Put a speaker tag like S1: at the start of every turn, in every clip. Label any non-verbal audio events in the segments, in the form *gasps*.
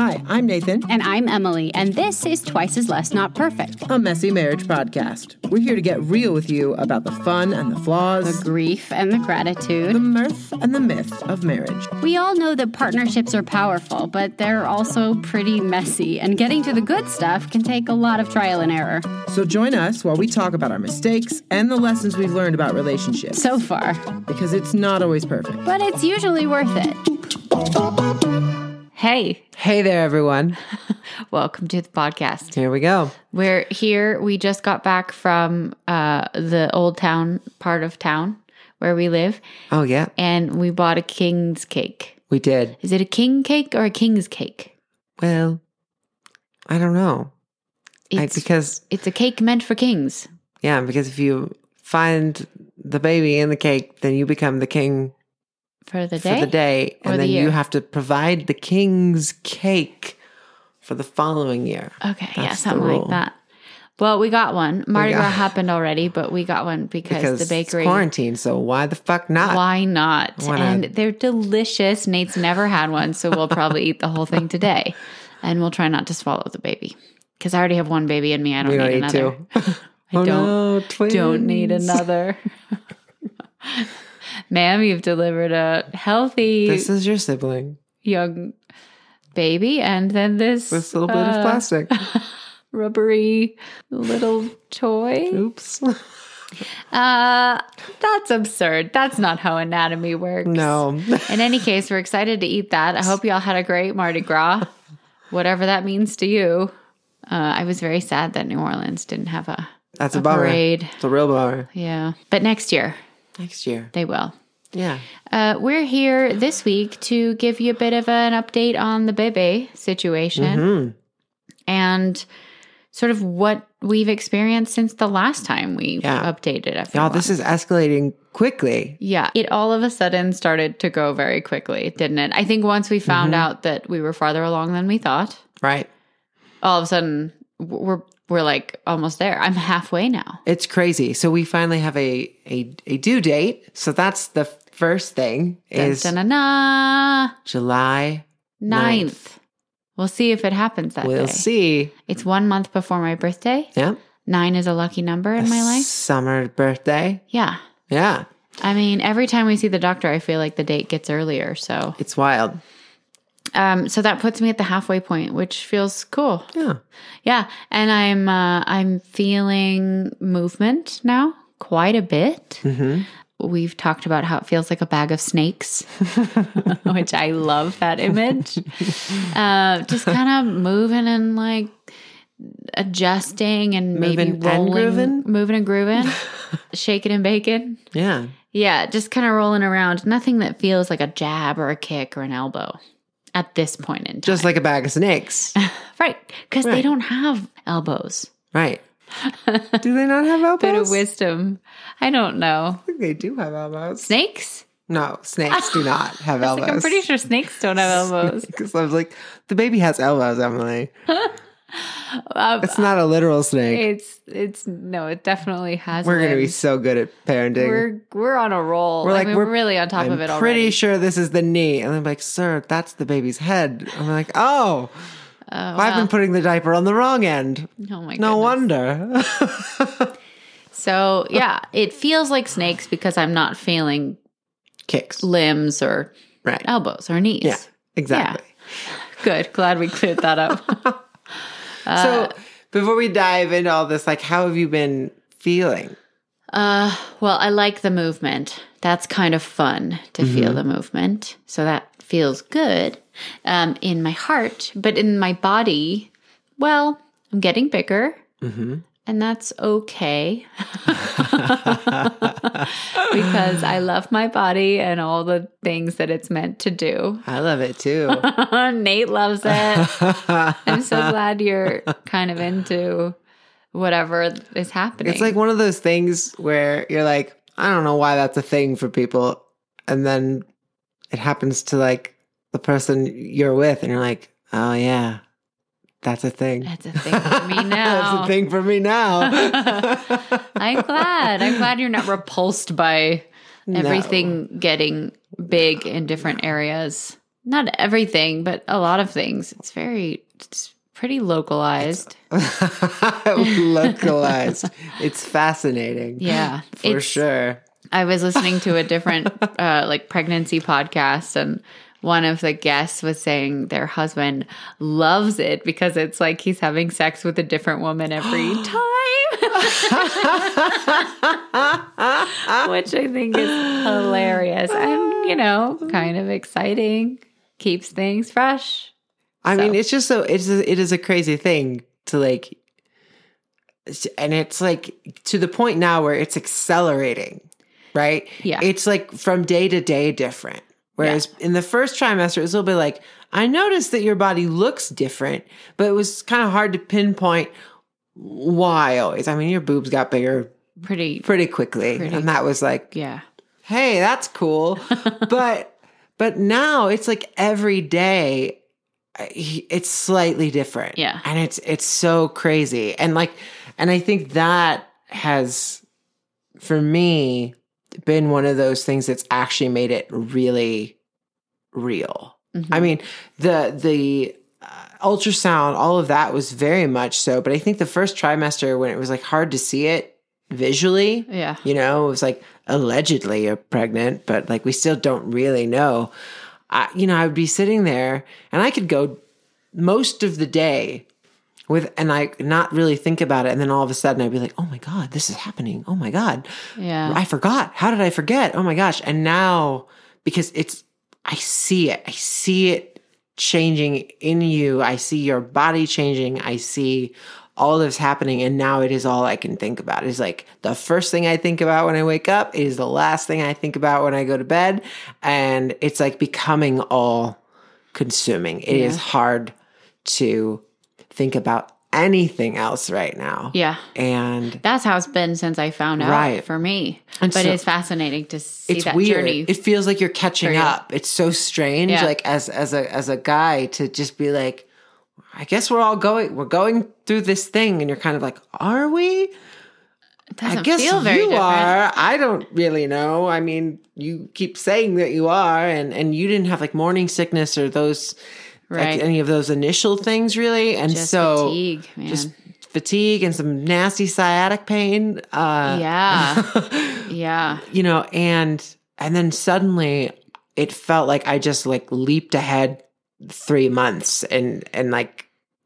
S1: I'm Nathan,
S2: And I'm Emily, and this is Twice as Less Not Perfect.
S1: a messy marriage podcast. We're here to get real with you about the fun and the flaws,
S2: The grief and the
S1: the
S2: gratitude.
S1: mirth and the myth of marriage.
S2: We all know that partnerships are powerful, but they're also pretty messy, and getting to the good stuff can take a lot of trial and error.
S1: So join us while we talk about our mistakes and the lessons we've learned about relationships
S2: So far,
S1: because it's not always perfect.
S2: but it's usually worth it.
S3: Hey,
S1: Hey there, everyone.
S3: welcome to the podcast.
S1: Here we go.
S3: We're here. We just got back from uh, the old town part of town where we live,
S1: Oh, yeah,
S3: and we bought a king's cake.
S1: we did.
S3: Is it a king cake or a king's cake?
S1: Well, I don't know. I-
S3: It's
S1: because,
S3: it's a cake meant for kings.
S1: yeah, because if you find the baby in the cake, then you become the king
S3: For the
S1: for
S3: day,
S1: the day,
S3: Or
S1: and
S3: the
S1: then you
S3: year?
S1: have to provide the king's cake for the following year.
S3: Okay, yeah,
S1: That's the
S3: something
S1: rule.
S3: like that. Well, we got one. Mardi
S1: got-
S3: Gras happened already, but we got one because,
S1: Because
S3: the bakery.
S1: it's quarantine, so why the fuck not?
S3: Why not?
S1: Why not?
S3: and they're delicious. Nate's never had one, so we'll probably eat the whole thing
S1: *laughs*
S3: today. And we'll try not to swallow the baby because I already have one baby in me. I don't
S1: We
S3: need
S1: don't need
S3: another.
S1: *laughs* to. Oh,
S3: I don't
S1: twins.
S3: don't need
S1: *laughs*
S3: another. Ma'am, you've delivered a healthy
S1: This is your sibling.
S3: young baby, and then this,
S1: This little bit of
S3: uh, *laughs*
S1: plastic.
S3: rubbery little
S1: *laughs*
S3: toy.
S1: Oops.
S3: Uh, that's absurd. That's not how anatomy works.
S1: No. *laughs*
S3: In any case, we're excited to eat that. I hope y'all had a great Mardi
S1: *laughs*
S3: Gras, whatever that means to you. Uh, I was very sad that New Orleans didn't have a,
S1: That's a,
S3: a
S1: bummer.
S3: parade.
S1: It's a real bummer.
S3: Yeah. But next year,
S1: Next year.
S3: they will.
S1: Yeah.
S3: Uh, we're here this week to give you a bit of an update on the Bebe situation
S1: Hmm.
S3: and sort of what we've experienced since the last time we
S1: Yeah.
S3: updated everyone.
S1: Y'all, this is escalating quickly.
S3: Yeah, it all of a sudden started to go very quickly, didn't it? I think once we found
S1: Mm-hmm.
S3: out that we were farther along than we thought,
S1: Right.
S3: all of a sudden w- we're we're like almost there. I'm halfway now.
S1: It's crazy. So we finally have a a, a due date. So that's the first thing
S3: Dun,
S1: is
S3: dun, dun, dun,
S1: July. Ninth.
S3: ninth. We'll see if it happens that
S1: we'll
S3: day.
S1: see.
S3: It's one month before my birthday.
S1: Yeah.
S3: Nine is a lucky number in my life.
S1: Summer birthday.
S3: Yeah.
S1: Yeah.
S3: I mean, every time we see the doctor, I feel like the date gets earlier. So,
S1: It's wild.
S3: um, so that puts me at the halfway point, which feels cool.
S1: Yeah.
S3: Yeah, and I'm uh, I'm feeling movement now quite a bit.
S1: Mm-hmm.
S3: We've talked about how it feels like a bag of snakes, *laughs* which I love that
S1: *laughs*
S3: image. Uh, just kind of moving and like adjusting and maybe
S1: Moving and
S3: rolling,
S1: grooving?
S3: moving and grooving,
S1: *laughs*
S3: shaking and baking.
S1: Yeah.
S3: Yeah, just kind of rolling around. Nothing that feels like a jab or a kick or an elbow at this point in time.
S1: Just like a bag
S3: *laughs*
S1: of snakes.
S3: right, because
S1: Right.
S3: they don't have elbows.
S1: right. Do they not have elbows?
S3: bit of wisdom. I don't know.
S1: I think they do have elbows.
S3: Snakes?
S1: No, snakes do
S3: *laughs*
S1: not have elbows.
S3: Like, I'm pretty sure snakes don't have
S1: *laughs*
S3: elbows.
S1: Because I was like, the baby has elbows, Emily.
S3: Um,
S1: It's not a literal snake.
S3: it's it's no, it definitely has.
S1: We're going to be
S3: limbs.
S1: so good at parenting.
S3: we're we're on a roll.
S1: We're
S3: We're
S1: like,
S3: like I mean,
S1: we're-
S3: we're, really on top
S1: I'm
S3: of it
S1: pretty
S3: already.
S1: sure this is the knee. And I'm like, sir, that's the baby's head. I'm like, oh,
S3: oh,
S1: I've been
S3: wow.
S1: putting the diaper on the wrong end.
S3: oh my goodness.
S1: No wonder. *laughs*
S3: So yeah, it feels like snakes because I'm not feeling
S1: Kicks.
S3: limbs or
S1: Right.
S3: elbows or knees.
S1: Yeah, exactly.
S3: Good. Glad we cleared that
S1: *laughs*
S3: up. Uh,
S1: so before we dive into all this, like, how have you been feeling?
S3: Uh, well, I like the movement. That's kind of fun to
S1: Mm-hmm.
S3: feel the movement. So that feels good um, in my heart, but in my body, well, I'm getting bigger,
S1: Mm-hmm.
S3: and that's okay *laughs* because I love my body and all the things that it's meant to do. *laughs*
S1: I love it too.
S3: Nate loves
S1: *laughs*
S3: it. I'm so glad you're kind of into whatever is happening.
S1: It's like one of those things where you're like, I don't know why that's a thing for people. And then it happens to like the person you're with, and you're like, oh, yeah, that's a thing.
S3: that's a thing for me now.
S1: *laughs* that's a thing for me now. *laughs*
S3: I'm glad. I'm glad you're not repulsed by
S1: No.
S3: everything getting big in different areas. Not everything, but a lot of things. It's very It's pretty localized.
S1: Localized. it's fascinating.
S3: yeah.
S1: *laughs*
S3: *laughs*
S1: For sure. *laughs*
S3: I was listening to a different uh, like pregnancy podcast, and one of the guests was saying their husband loves it because it's like he's having sex with a different woman
S1: *gasps*
S3: every *laughs* time, which I think is hilarious and you know kind of exciting. Keeps things fresh.
S1: I
S3: So.
S1: mean, it's just so it's a, it is a crazy thing to like, s- and it's like to the point now where it's accelerating, right?
S3: Yeah.
S1: it's like from day to day different. Whereas in the first trimester, it's a little bit like I noticed that your body looks different, but it was kind of hard to pinpoint why. Always, I mean, your boobs got bigger
S3: Pretty,
S1: pretty quickly,
S3: Pretty
S1: and that was like
S3: yeah,
S1: hey that's cool but but now it's like every day uh, he- it's slightly different
S3: Yeah.
S1: and it's it's so crazy and like and i think that has for me been one of those things that's actually made it really real
S3: Mhm.
S1: I mean, the the uh, ultrasound, all of that was very much so. But I think the first trimester, when it was like hard to see it visually,
S3: yeah,
S1: you know, it was like allegedly you're pregnant, but like we still don't really know. I, you know, I would be sitting there, and I could go most of the day with and I not really think about it, and then all of a sudden I'd be like, oh my god, this is happening. Oh my god,
S3: yeah.
S1: I forgot. How did I forget? Oh my gosh. And now, because it's, I see it. I see it changing in you. I see your body changing. I see all this happening. And now it is all I can think about. It's like the first thing I think about when I wake up. It is the last thing I think about when I go to bed. And it's like becoming all consuming. It is
S3: Yeah.
S1: hard to think about anything else right now.
S3: Yeah.
S1: And
S3: That's how it's been since I found out
S1: Right.
S3: for me.
S1: And
S3: but
S1: so-
S3: it's fascinating to see
S1: it's
S3: that
S1: weird.
S3: journey.
S1: It feels like you're catching
S3: For you.
S1: up. It's so strange,
S3: Yeah.
S1: like as as a as a guy to just be like, I guess we're all going we're going through this thing, and you're kind of like, are we?
S3: It doesn't
S1: I guess
S3: feel very
S1: you
S3: different.
S1: are. I don't really know. I mean, you keep saying that you are, and and you didn't have like morning sickness or those
S3: Right.
S1: like any of those initial things really, and
S3: Just
S1: so
S3: fatigue, man.
S1: just fatigue and some nasty sciatic pain. Uh,
S3: yeah.
S1: *laughs*
S3: yeah.
S1: you know and and then suddenly it felt like i just like leaped ahead three months and and like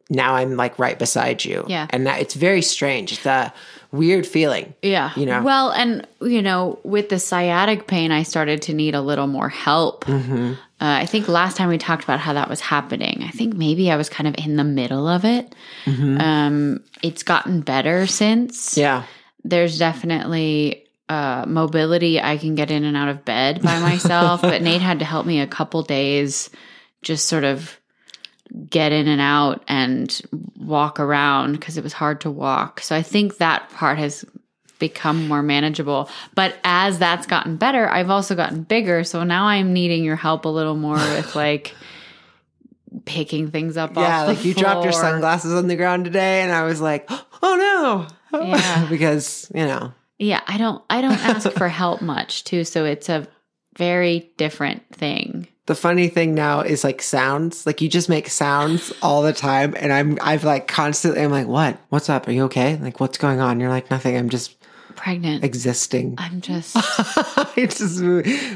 S1: now i'm like right beside you
S3: Yeah.
S1: and that it's very strange it's a weird feeling
S3: Yeah.
S1: You know?
S3: Well, and you know, with the sciatic pain, I started to need a little more help.
S1: mm-hmm.
S3: Uh, I think last time we talked about how that was happening. I think maybe I was kind of in the middle of it.
S1: Mm-hmm.
S3: Um, it's gotten better since.
S1: yeah
S3: there's definitely uh, mobility. I can get in and out of bed by myself, but
S1: *laughs*
S3: Nate had to help me a couple days just sort of get in and out and walk around because it was hard to walk. So I think that part has become more manageable. But as that's gotten better, I've also gotten bigger. So now I'm needing your help a little more
S1: *laughs*
S3: with like picking things up off
S1: yeah
S3: the
S1: like you dropped your
S3: floor.
S1: sunglasses on the ground today and i was like *gasps* oh no
S3: Yeah.
S1: *laughs* because you know
S3: Yeah, I don't I don't ask for help much too, so it's a very different thing.
S1: the funny thing now is like sounds like you just make sounds all the time and i'm i've like constantly i'm like what what's up are you okay like what's going on you're like nothing i'm just
S3: Pregnant.
S1: existing
S3: I'm just
S1: *laughs* it's just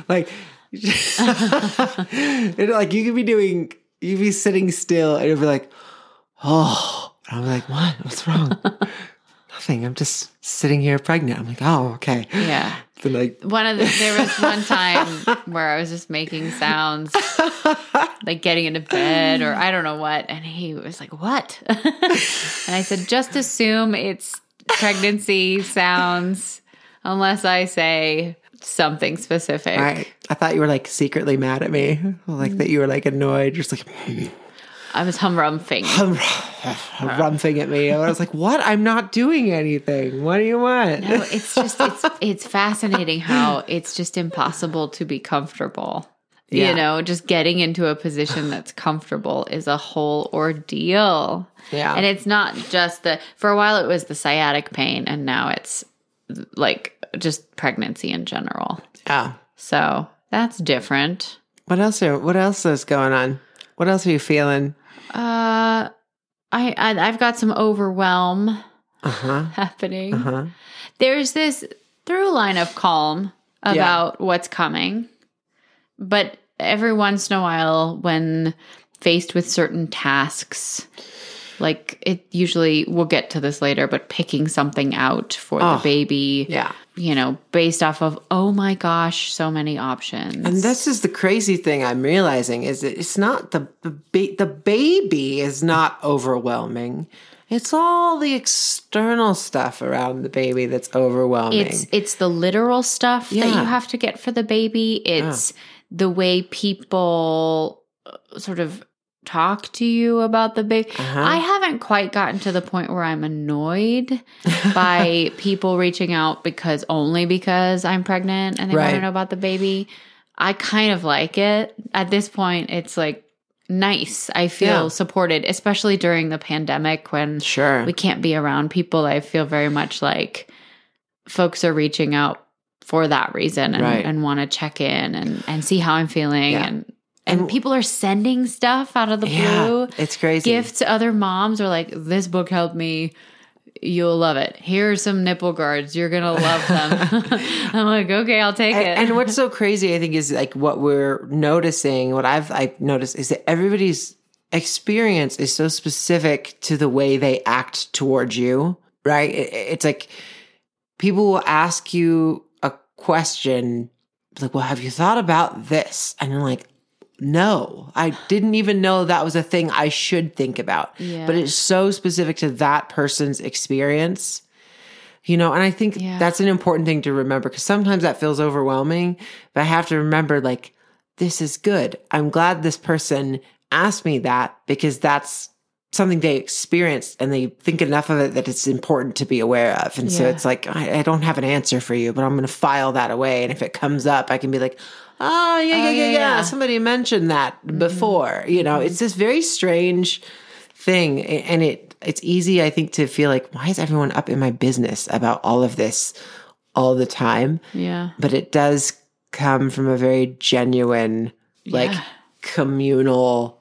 S1: like *laughs* it, like you could be doing you'd be sitting still and it'd be like oh and i'm like what what's wrong *laughs* nothing i'm just sitting here pregnant i'm like oh okay
S3: yeah.
S1: then like
S3: One of the, there was one time where I was just making sounds like getting into bed or I don't know what and he was like, "What?" and I said, "Just assume it's pregnancy sounds unless I say something specific."
S1: all right i thought you were like secretly mad at me like that you were like annoyed you're just like *laughs*
S3: I was humrumping.
S1: rumphing at me and i was like what i'm not doing anything what do you want
S3: No, it's just it's it's fascinating how it's just impossible to be comfortable.
S1: Yeah.
S3: You know, just getting into a position that's comfortable is a whole ordeal.
S1: Yeah.
S3: And it's not just the for a while it was the sciatic pain and now it's like just pregnancy in general.
S1: *laughs* yeah
S3: So, that's different.
S1: what else are what else is going on what else are you feeling
S3: Uh I, I I've got some overwhelm
S1: Uh huh.
S3: happening.
S1: Uh huh.
S3: There's this through line of calm about what's coming. But every once in a while when faced with certain tasks like it usually we'll get to this later but picking something out for
S1: Oh,
S3: the baby
S1: Yeah.
S3: you know based off of oh my gosh so many options
S1: And this is the crazy thing I'm realizing is that it's not the the ba- the baby is not overwhelming. It's all the external stuff around the baby that's overwhelming.
S3: It's it's the literal stuff that
S1: Yeah.
S3: you have to get for the baby. It's the way people uh, sort of talk to you about the baby.
S1: Uh-huh.
S3: I haven't quite gotten to the point where I'm annoyed
S1: *laughs*
S3: by people reaching out because only because I'm pregnant and they want
S1: Right.
S3: to know about the baby. I kind of like it. At this point, it's like nice. I feel
S1: Yeah.
S3: supported, especially during the pandemic when
S1: sure.
S3: we can't be around people. I feel very much like folks are reaching out for that reason and,
S1: Right.
S3: and want to check in and, and see how I'm feeling.
S1: Yeah.
S3: And, and
S1: And-
S3: people are sending stuff out of the blue.
S1: it's crazy.
S3: Gifts to other moms are like, this book helped me. You'll love it. Here are some nipple guards. You're going to love
S1: *laughs*
S3: them. *laughs* I'm like, okay, I'll take
S1: And,
S3: it.
S1: and what's so crazy, I think, is like what we're noticing. What I've I noticed is that everybody's experience is so specific to the way they act towards you. Right? It- it's like people will ask you a question, like, "Well, have you thought about this?" And you're like, "No, I didn't even know that was a thing I should think about."
S3: *laughs* Yeah.
S1: But it's so specific to that person's experience. You know, and I think
S3: Yeah.
S1: that's an important thing to remember because sometimes that feels overwhelming, but I have to remember like, this is good. I'm glad this person asked me that because that's something they experienced and they think enough of it that it's important to be aware of. And so
S3: Yeah.
S1: it's like, I, I don't have an answer for you, but I'm going to file that away. And if it comes up, I can be like, oh, yeah,
S3: Oh,
S1: yeah, yeah, yeah.
S3: yeah, yeah. Mm-hmm.
S1: Somebody mentioned that before. You know, it's this very strange thing a- and it it's easy i think to feel like why is everyone up in my business about all of this all the time
S3: yeah.
S1: but it does come from a very genuine like
S3: Yeah.
S1: communal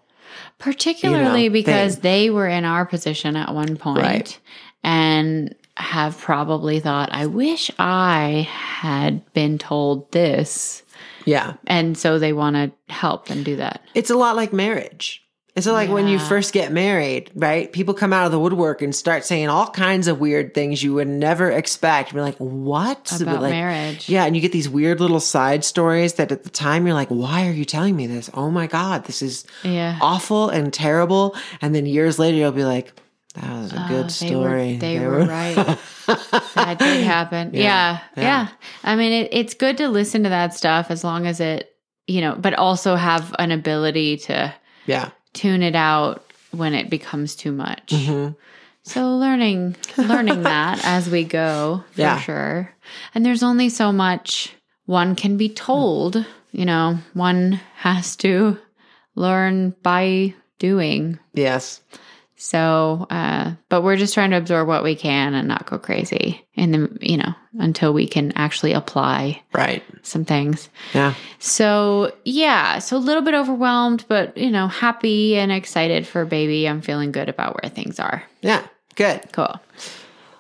S3: particularly
S1: thing.
S3: because they were in our position at one point
S1: Right.
S3: and have probably thought i wish i had been told this
S1: yeah
S3: and so they want to help and do that
S1: it's a lot like marriage it's like when you
S3: Yeah.
S1: first get married right people come out of the woodwork and start saying all kinds of weird things you would never expect you're like what
S3: about
S1: Like,
S3: marriage
S1: Yeah, and you get these weird little side stories that at the time you're like, why are you telling me this? Oh my God, this is
S3: yeah
S1: awful and terrible. And then years later, you'll be like, that was a
S3: Uh,
S1: good
S3: they were-
S1: story.
S3: they, were, right that did happen yeah yeah,
S1: yeah.
S3: i mean it, it's good to listen to that stuff as long as it you know but also have an ability to
S1: *laughs* yeah.
S3: tune it out when it becomes too much
S1: Mhm.
S3: So learning learning that as we go for
S1: Yeah.
S3: sure. And there's only so much one can be told, you know, one has to learn by doing.
S1: Yes.
S3: So uh but we're just trying to absorb what we can and not go crazy in the you know, until we can actually apply
S1: Right.
S3: some things.
S1: Yeah.
S3: So yeah, so a little bit overwhelmed, but you know, happy and excited for baby. I'm feeling good about where things are.
S1: Yeah. Good.
S3: Cool.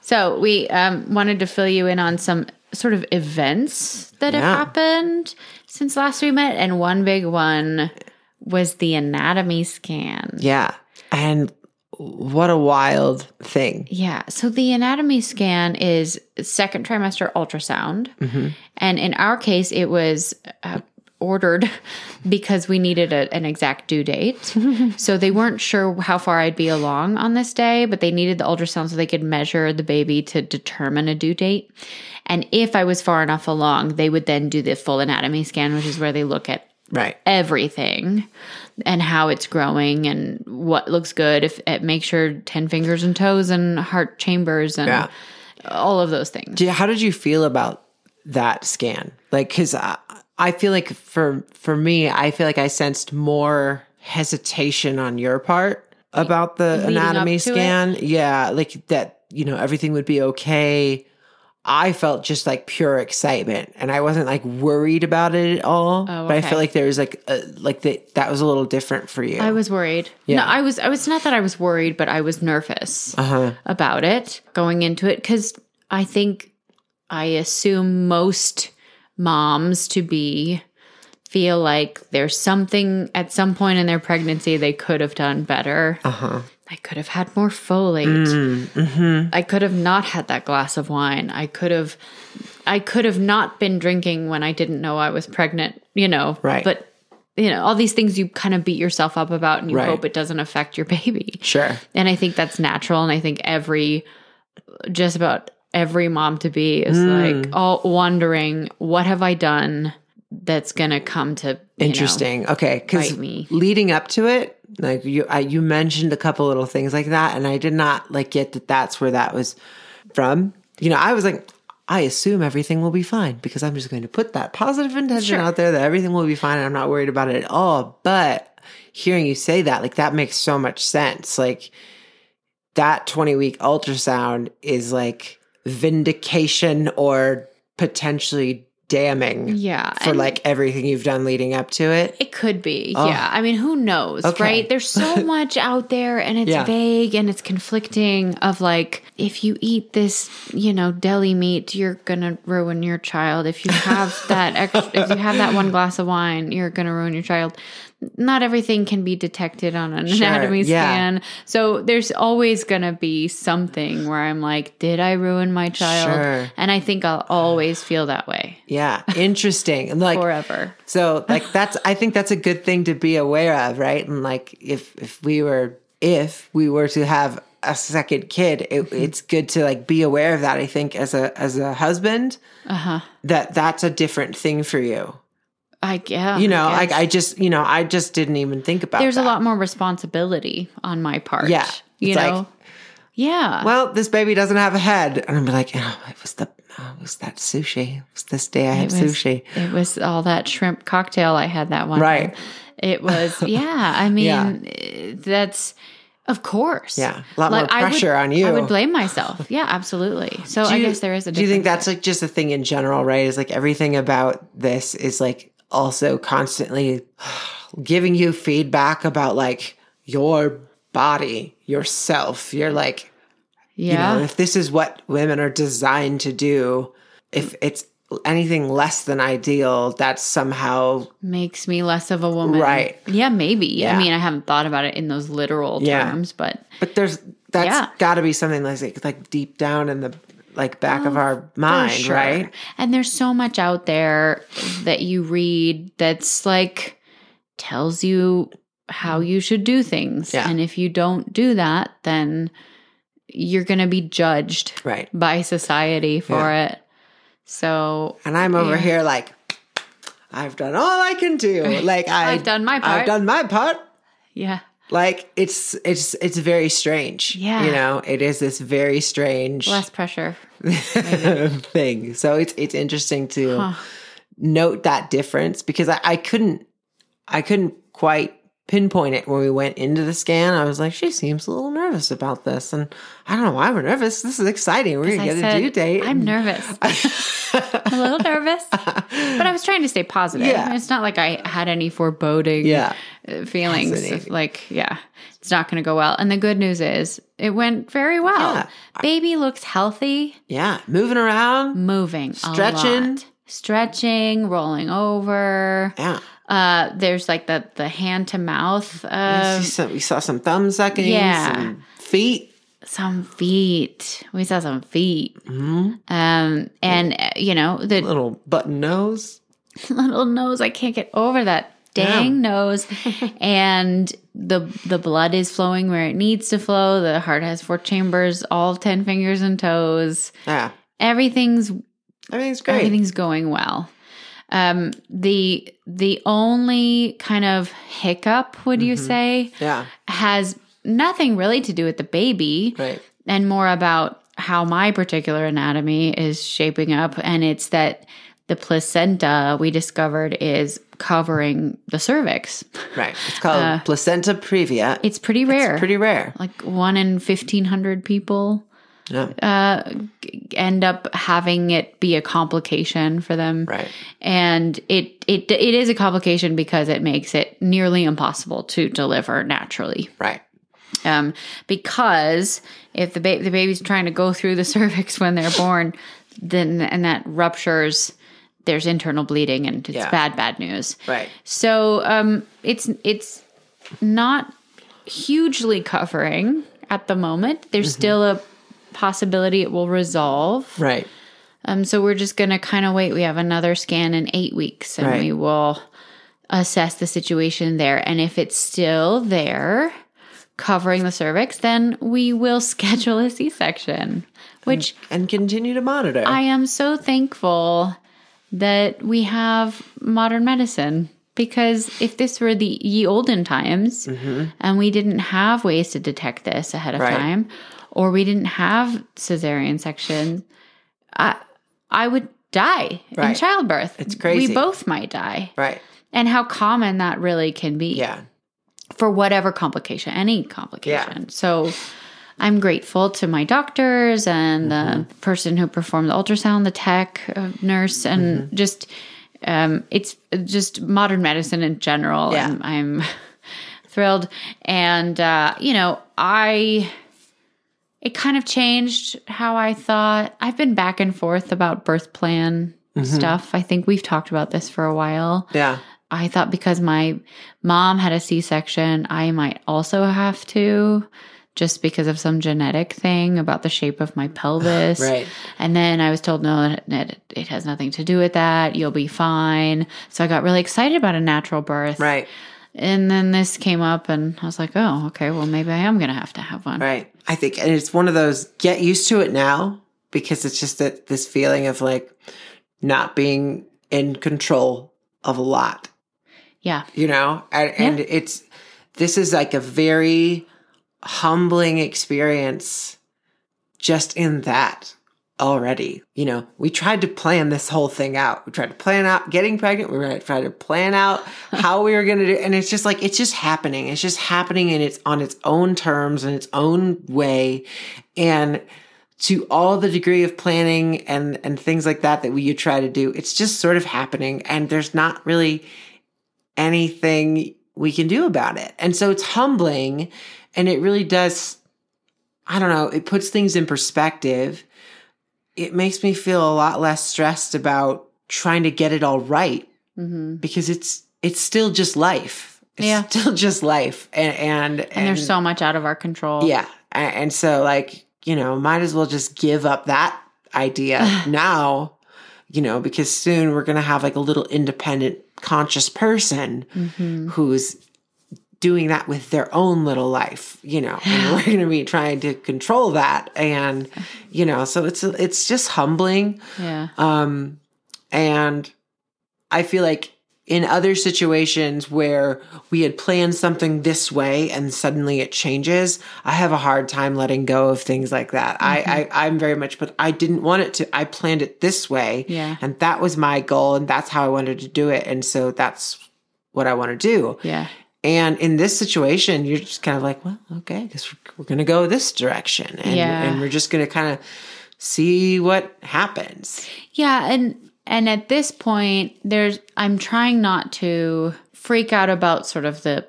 S3: So we um, wanted to fill you in on some sort of events that
S1: Yeah.
S3: have happened since last we met, and one big one was the anatomy scan.
S1: Yeah. And what a wild thing.
S3: Yeah. So the anatomy scan is second trimester ultrasound. And in our case, it was uh, ordered *laughs* because we needed a, an exact due date. so they weren't sure how far I'd be along on this day, but they needed the ultrasound so they could measure the baby to determine a due date. And if I was far enough along, they would then do the full anatomy scan, which is where they look at
S1: Right.
S3: everything and how it's growing and what looks good if it make sure 10 fingers and toes and heart chambers and
S1: Yeah.
S3: all of those things
S1: Do you- How did you feel about that scan? Like, cause I, I feel like for, for me, I feel like I sensed more hesitation on your part about the
S3: Leading up
S1: anatomy
S3: to it?
S1: scan. Yeah. Like that, you know, everything would be okay. I felt just like pure excitement, and I wasn't like worried about it at all.
S3: Oh,
S1: But I
S3: okay.
S1: feel like there was like a, like that that was a little different for you.
S3: I was worried.
S1: Yeah.
S3: No, I was. I was not that I was worried, but I was nervous
S1: uh huh.
S3: about it going into it because I think I assume most moms to be feel like there's something at some point in their pregnancy they could have done better.
S1: Uh huh.
S3: I could have had more folate.
S1: Mm-hmm.
S3: I could have not had that glass of wine. I could have I could have not been drinking when I didn't know I was pregnant, you know.
S1: Right.
S3: But you know, all these things you kind of beat yourself up about and you
S1: Right.
S3: hope it doesn't affect your baby.
S1: Sure.
S3: And I think that's natural and I think every just about every mom to be is
S1: Mm.
S3: like all wondering what have I done that's going to come to you know,
S1: Interesting. okay, because
S3: bite me.
S1: leading up to it, like you, I, you mentioned a couple little things like that, and I did not like get that that's where that was from. You know, I was like, I assume everything will be fine because I'm just going to put that positive intention
S3: Sure.
S1: out there that everything will be fine, and I'm not worried about it at all. But hearing you say that, like that makes so much sense. Like that 20 week ultrasound is like vindication or potentially damning
S3: yeah.
S1: for
S3: and-
S1: like everything you've done leading up to it.
S3: It could be.
S1: Oh.
S3: Yeah. I mean, who knows,
S1: Okay.
S3: right? There's
S1: *laughs*
S3: so much out there and it's
S1: Yeah.
S3: vague and it's conflicting of like if you eat this, you know, deli meat, you're going to ruin your child. If you
S1: *laughs*
S3: have that ex- if you have that one glass of wine, you're going to ruin your child. Not everything can be detected on an
S1: Sure,
S3: anatomy
S1: yeah.
S3: scan. So there's always going to be something where I'm like, did I ruin my child?
S1: Sure.
S3: And I think I'll always feel that way
S1: Yeah, interesting. And like
S3: forever.
S1: so like that's I think that's a good thing to be aware of, right? And like if if we were if we were to have a second kid, it,
S3: Mm-hmm.
S1: it's good to like be aware of that I think as a as a husband
S3: Uh-huh.
S1: that that's a different thing for you.
S3: I yeah.
S1: You know,
S3: I
S1: like
S3: guess.
S1: I just, you know, I just didn't even think about
S3: Oh there's
S1: that.
S3: a lot more responsibility on my part.
S1: Yeah.
S3: You
S1: It's like-
S3: know? yeah.
S1: Well, this baby doesn't have a head. And I'm like, oh, it was the oh, it was that sushi. It was this day I had
S3: it was,
S1: sushi.
S3: It was all that shrimp cocktail I had that one.
S1: Right.
S3: time. It
S1: *laughs*
S3: was, yeah. I mean,
S1: Yeah.
S3: eh, that's, of course.
S1: Yeah. A lot more
S3: I would-
S1: pressure on you.
S3: I would blame myself. Yeah,
S1: *laughs*
S3: absolutely. So
S1: Do
S3: I
S1: you-
S3: guess there is a
S1: Do you think
S3: difference.
S1: that's like just a thing in general, right? Is like everything about this is like also constantly *sighs* giving you feedback about like your body, yourself. You're like,
S3: yeah.
S1: you know, if this is what women are designed to do, if it's anything less than ideal, that's somehow
S3: makes me less of a woman.
S1: Right.
S3: Yeah, maybe.
S1: Yeah.
S3: I mean, I haven't thought about it in those literal
S1: Yeah.
S3: terms, but
S1: but there's that's
S3: Yeah.
S1: gotta be something that's like like deep down in the like back of our mind,
S3: Oh, For sure.
S1: right?
S3: And there's so much out there that you read that's like tells you how you should do things.
S1: Yeah.
S3: And if you don't do that, then you're going to be judged
S1: Right.
S3: by society for it. So
S1: And I'm over
S3: Yeah.
S1: here like, I've done all I can do. Like
S3: *laughs*
S1: I,
S3: I've done my
S1: I've
S3: part.
S1: done my part.
S3: yeah,
S1: Like it's it's it's very strange.
S3: Yeah.
S1: you know, it is this very strange
S3: less pressure.
S1: *laughs* thing. So it's it's interesting to
S3: Huh.
S1: note that difference because I, I couldn't I couldn't quite pinpoint it when we went into the scan. I was like, she seems a little nervous about this, and I don't know why we're nervous. This is exciting. We're gonna
S3: I
S1: get
S3: said,
S1: a due date.
S3: I'm
S1: *laughs*
S3: nervous. *laughs* I'm a little nervous, but I was trying to stay positive.
S1: Yeah.
S3: It's not like I had any foreboding.
S1: Yeah.
S3: uh, feelings
S1: Fascinating.
S3: of, like yeah it's not going to go well and the good news is it went very well
S1: Yeah.
S3: baby looks healthy
S1: Yeah, moving around.
S3: moving a
S1: Stretching.
S3: lot. stretching rolling over
S1: Yeah.
S3: uh there's like the the hand to mouth
S1: We
S3: uh
S1: see some, we saw some thumb sucking,
S3: yeah.
S1: some feet.
S3: some feet we saw some feet
S1: Mm-hmm.
S3: um and uh, you know the
S1: Little button nose.
S3: *laughs* little nose. I can't get over that dang
S1: *laughs*
S3: nose. and the the blood is flowing where it needs to flow. The heart has four chambers, all ten fingers and toes.
S1: Yeah.
S3: Everything's
S1: Everything's great.
S3: everything's going well. Um, the the only kind of hiccup, would you
S1: Mm-hmm.
S3: say,
S1: yeah.
S3: has nothing really to do with the baby
S1: Right.
S3: and more about how my particular anatomy is shaping up. And it's that the placenta we discovered is covering the cervix.
S1: Right. It's called placenta previa.
S3: It's pretty Uh, rare.
S1: Pretty rare.
S3: like one in 1,500 people
S1: Yeah.
S3: uh, g- end up having it be a complication for them.
S1: Right.
S3: And it, it it is a complication because it makes it nearly impossible to deliver naturally.
S1: Right.
S3: Um, because if the ba- the baby's trying to go through the *laughs* cervix when they're born, then and that ruptures, there's internal bleeding and it's
S1: Yeah.
S3: bad bad news.
S1: Right.
S3: So um, it's it's not hugely covering at the moment. There's
S1: Mm-hmm.
S3: still a possibility it will resolve.
S1: Right.
S3: Um, so we're just gonna kind of wait. We have another scan in eight weeks, and
S1: Right.
S3: we will assess the situation there. And if it's still there, covering the cervix, then we will *laughs* schedule a C-section, which
S1: And continue to monitor.
S3: I am so thankful that we have modern medicine because if this were the ye olden times and we didn't have ways to detect this ahead of
S1: Mm-hmm. Right.
S3: time or we didn't have cesarean section, I I would die in
S1: Right.
S3: childbirth.
S1: It's crazy.
S3: We both might die.
S1: right.
S3: And how common that really can be
S1: Yeah.
S3: for whatever complication, any complication. So I'm grateful to my doctors and the person who performed the ultrasound, the tech uh, nurse, and just um, it's just modern medicine in general.
S1: Yeah.
S3: I'm, I'm *laughs* thrilled, and uh, you know I. It kind of changed how I thought. I've been back and forth about birth plan stuff. I think we've talked about this for a while.
S1: Yeah.
S3: I thought because my mom had a C section, I might also have to just because of some genetic thing about the shape of
S1: *laughs*
S3: my pelvis.
S1: Right.
S3: And then I was told, no, it, it has nothing to do with that. You'll be fine. So I got really excited about a natural birth.
S1: Right.
S3: And then this came up, and I was like, oh, okay, well, maybe I am going to have to have one.
S1: Right. I think, and it's one of those get used to it now because it's just that this feeling of like not being in control of a lot,
S3: Yeah.
S1: you know? And, and it's, this is like a very humbling experience just in that already. You know, we tried to plan this whole thing out. We tried to plan out getting pregnant. We tried- tried to plan out how we were going to do and it's just like it's just happening. It's just happening and it's on its own terms and its own way and to all the degree of planning and and things like that that we you try to do, it's just sort of happening and there's not really anything we can do about it. And so it's humbling and it really does I don't know, it puts things in perspective. It makes me feel a lot less stressed about trying to get it all right
S3: hmm
S1: because it's it's still just life. It's
S3: Yeah.
S1: still *laughs* just life. And and,
S3: And, there's so much out of our control.
S1: yeah. A- And so, like, you know, might as well just give up that
S3: *sighs*
S1: idea now, you know, because soon we're going to have like a little independent, conscious person
S3: Mhm.
S1: who's doing that with their own little life, you know, and we're going to be trying to control that. And, you know, so it's, it's just humbling.
S3: Yeah.
S1: Um, and I feel like in other situations where we had planned something this way and suddenly it changes, I have a hard time letting go of things like that. I, I, I'm very much, but I didn't want it to. I planned it this way.
S3: Yeah.
S1: And that was my goal. And that's how I wanted to do it. And so that's what I want to do.
S3: Yeah.
S1: And in this situation, you're just kind of like, well, okay, I guess we're, we're going to go this direction. And,
S3: Yeah.
S1: and we're just going to kind of see what happens.
S3: Yeah, and and at this point there's I'm trying not to freak out about sort of the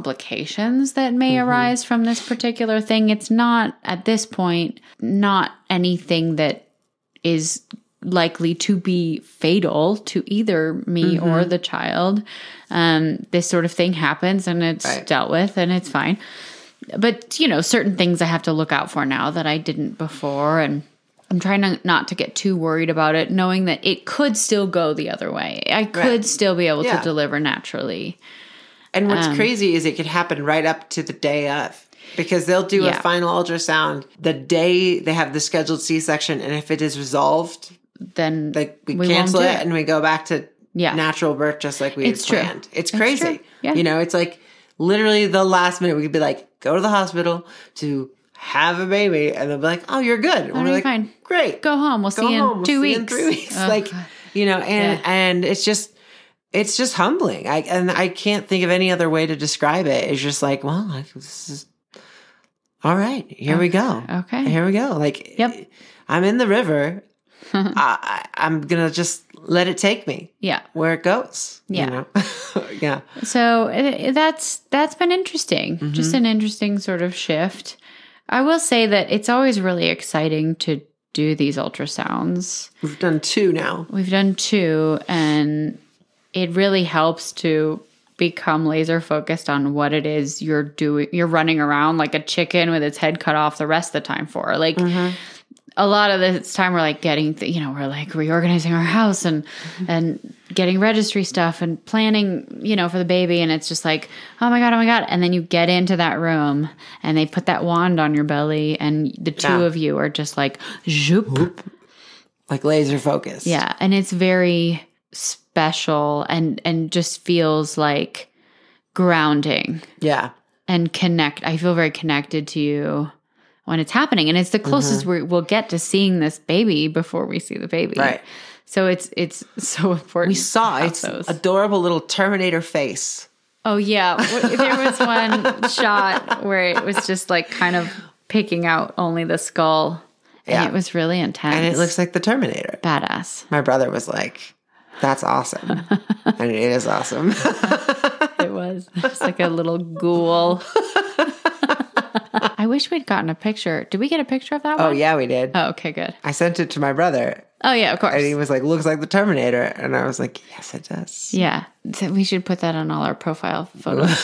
S3: complications that may arise from this particular thing. It's not at this point not anything that is likely to be fatal to either me
S1: Mm-hmm.
S3: or the child. Um this sort of thing happens and it's
S1: Right.
S3: dealt with and it's fine. But you know, certain things I have to look out for now that I didn't before and I'm trying to, not to get too worried about it, knowing that it could still go the other way. I could
S1: Right.
S3: still be able
S1: Yeah.
S3: to deliver naturally.
S1: And what's
S3: Um,
S1: crazy is it could happen right up to the day of because they'll do
S3: Yeah.
S1: a final ultrasound the day they have the scheduled C section. And if it is resolved,
S3: Then
S1: like we,
S3: won't
S1: cancel
S3: do
S1: it, and we go back to
S3: Yeah.
S1: natural birth just like we
S3: It's true.
S1: had planned. It's crazy.
S3: true. Yeah.
S1: You know, it's like literally the last minute we could be like, go to the hospital to have a baby. And they'll be like, oh, you're good. And
S3: Oh,
S1: we're
S3: you're
S1: like,
S3: fine.
S1: great.
S3: Go home. We'll
S1: Go
S3: see you
S1: home.
S3: in
S1: We'll
S3: two
S1: see
S3: weeks.
S1: you in three weeks.
S3: Oh,
S1: *laughs* like,
S3: God.
S1: you know, and,
S3: Yeah.
S1: and it's just, it's just humbling. I and I can't think of any other way to describe it. It's just like, well, I, this is all right, here we go.
S3: Oh, Okay.
S1: Here we go. Like,
S3: Yep.
S1: I'm in
S3: *laughs*
S1: the river. I, I, I'm going to just let it take me
S3: Yeah.
S1: where it goes. you
S3: Yeah.
S1: know? *laughs* yeah.
S3: So uh, that's that's been interesting. Just an interesting sort of shift. I will say that it's always really exciting to do these ultrasounds.
S1: We've done two now.
S3: We've done two and it really helps to become laser focused on what it is you're doing. You're running around like a chicken with its head cut off the rest of the time for. Like a lot of this time we're like getting th- you know we're like reorganizing our house and and getting registry stuff and planning you know for the baby and it's just like oh my god oh my god and then you get into that room and they put that wand on your belly and the two
S1: Yeah.
S3: of you are just like zoop
S1: Like laser focus.
S3: yeah and it's very special and and just feels like grounding
S1: Yeah.
S3: and connect. I feel very connected to you when it's happening, and it's the closest
S1: Mm-hmm.
S3: we we'll get to seeing this baby before we see the baby.
S1: Right.
S3: So it's it's so *laughs* important.
S1: We saw
S3: to have
S1: its
S3: those.
S1: adorable little Terminator face.
S3: oh yeah, W- there was one
S1: *laughs*
S3: shot where it was just like kind of picking out only the skull, and
S1: Yeah.
S3: it was really intense.
S1: And it looks like the Terminator.
S3: badass.
S1: My brother was like, that's awesome. and it is awesome. *laughs*
S3: It was just like a little ghoul. *laughs* I wish we'd gotten a picture. Did we get a picture of that one?
S1: oh, yeah, we did.
S3: Oh, okay, good.
S1: I sent it to my brother
S3: Oh yeah, of course.
S1: and he was like, looks like the Terminator. And I was like, yes, it does.
S3: Yeah, so we should put that on all our profile photos.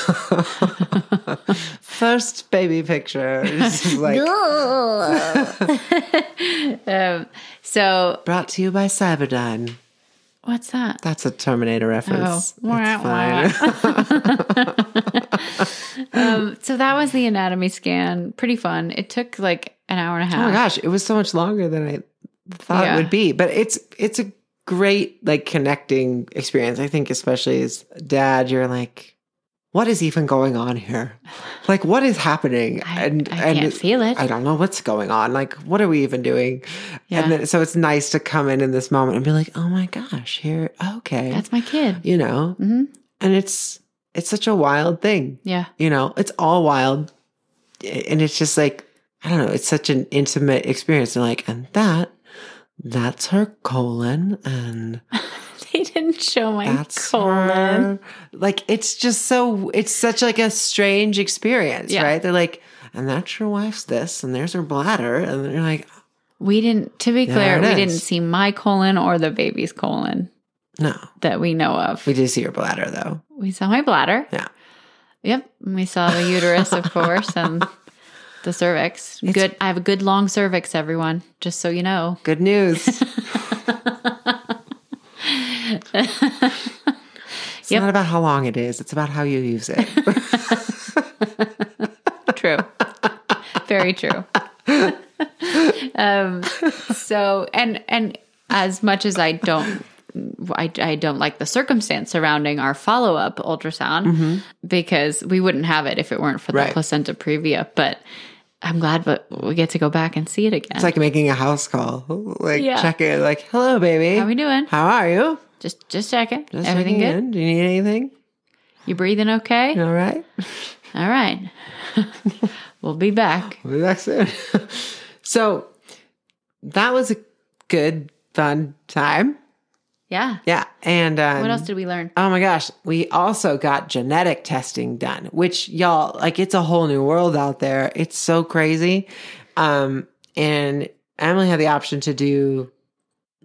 S1: First baby picture. This
S3: *laughs*
S1: is like
S3: um, so
S1: brought to you by Cyberdyne.
S3: what's that?
S1: That's a Terminator
S3: Oh,
S1: reference.
S3: wah,
S1: It's fine. *laughs*
S3: wah. *laughs* um, so that was the anatomy scan. Pretty fun. It took like an hour and a half.
S1: Oh my gosh, it was so much longer than I thought
S3: Yeah.
S1: it would be. But it's it's a great like connecting experience. I think especially as a dad, you're like, what is even going on
S3: *sighs*
S1: here? Like what is happening?
S3: I, I can't feel it.
S1: I don't know what's going on. Like, what are we even doing?
S3: Yeah.
S1: And then, so it's nice to come in in this moment and be like, oh my gosh, here, okay,
S3: That's my kid.
S1: you know.
S3: hmm
S1: And it's it's such a wild thing,
S3: Yeah, *laughs*
S1: you know. It's all wild, and it's just like I don't know. It's such an intimate experience, and like, and that that's her colon, and
S3: they didn't show my
S1: that's
S3: colon.
S1: her. Like, it's just so it's such like a strange experience,
S3: Yeah.
S1: right? They're like. And that's your wife's this, and there's her bladder, and you're like,
S3: We didn't. To be clear,
S1: There it
S3: we
S1: is.
S3: didn't see my colon or the baby's colon
S1: No,
S3: that we know of.
S1: we did see your bladder though.
S3: We saw my bladder.
S1: Yeah.
S3: Yep. And We saw the uterus, of course, and the cervix. good. I have a good long cervix, everyone, just so you know. *laughs*
S1: Good news. it's
S3: Yep.
S1: not about how long it is; it's about how you use it.
S3: True. Very true. um, so, and, and as much as I don't, I, I don't like the circumstance surrounding our follow up ultrasound because we wouldn't have it if it weren't for
S1: Mm-hmm. Right.
S3: the placenta previa. But I'm glad that we get to go back and see it again.
S1: It's like making a house call, like
S3: Yeah.
S1: check it, like "Hello, baby.
S3: How we doing?
S1: How are you?
S3: Just just checking.
S1: Just
S3: Everything
S1: checking
S3: good?
S1: in. Do you need anything?
S3: You breathing okay?
S1: You all right?
S3: All right. *laughs* we'll be back.
S1: We'll be back soon." *laughs* so that was a good, fun time.
S3: Yeah.
S1: Yeah, and um,
S3: What else did we learn?
S1: Oh my gosh, we also got genetic testing done, which y'all like it's a whole new world out there. It's so crazy. Um and Emily had the option to do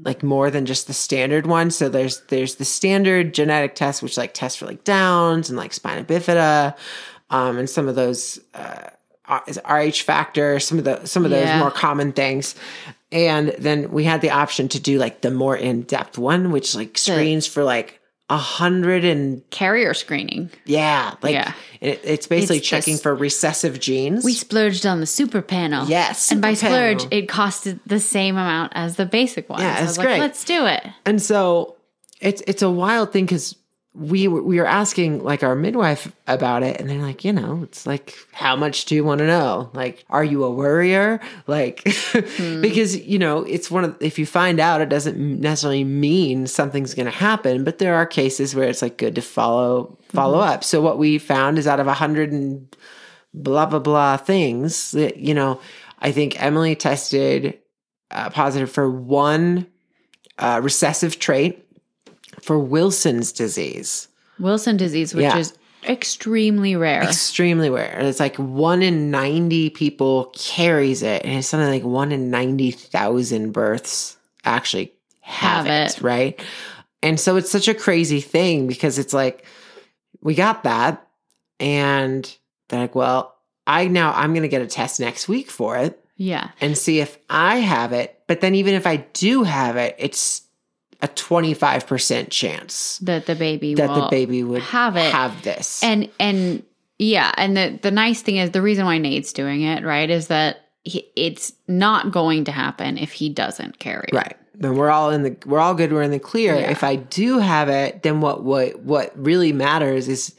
S1: like more than just the standard one. So there's there's the standard genetic test which like tests for like downs and like spina bifida um and some of those uh R- is RH factor, some of the some of those
S3: Yeah.
S1: more common things. And then we had the option to do like the more in-depth one which like screens for like a hundred and
S3: Carrier screening.
S1: yeah, like
S3: Yeah.
S1: It, it's basically
S3: It's
S1: checking
S3: just-
S1: for recessive genes.
S3: We splurged on the super panel.
S1: Yes,
S3: And by
S1: super
S3: splurge,
S1: panel.
S3: it costed the same amount as the basic one.
S1: Yeah,
S3: I
S1: it's
S3: was like,
S1: great.
S3: Let's do it.
S1: and so it's it's a wild thing because we were, we were asking like our midwife about it, and they're like, you know, it's like how much do you want to know? Like, are you a worrier? Like, *laughs* because you know, it's one of if you find out, it doesn't necessarily mean something's going to happen, but there are cases where it's like good to follow follow up. So what we found is out of a hundred and blah blah blah things that, you know i think emily tested uh, positive for one uh, recessive trait for wilson's disease
S3: Wilson disease, which
S1: Yeah.
S3: is extremely rare.
S1: extremely rare and it's like one in 90 people carries it and it's something like one in 90000 births actually have,
S3: Have
S1: it
S3: it.
S1: right and so it's such a crazy thing because it's like we got that and they're like well i now i'm going to get a test next week for it
S3: yeah.
S1: and see if I have it. But then, even if I do have it, it's a 25% chance
S3: That the baby
S1: that
S3: will
S1: the baby would
S3: have it.
S1: have this.
S3: and and yeah, and the the nice thing is the reason why Nate's doing it, right, is that he, it's not going to happen if he doesn't carry. it.
S1: right. Then we're all in the we're all good. We're in the clear.
S3: Yeah.
S1: If I do have it, then what what what really matters is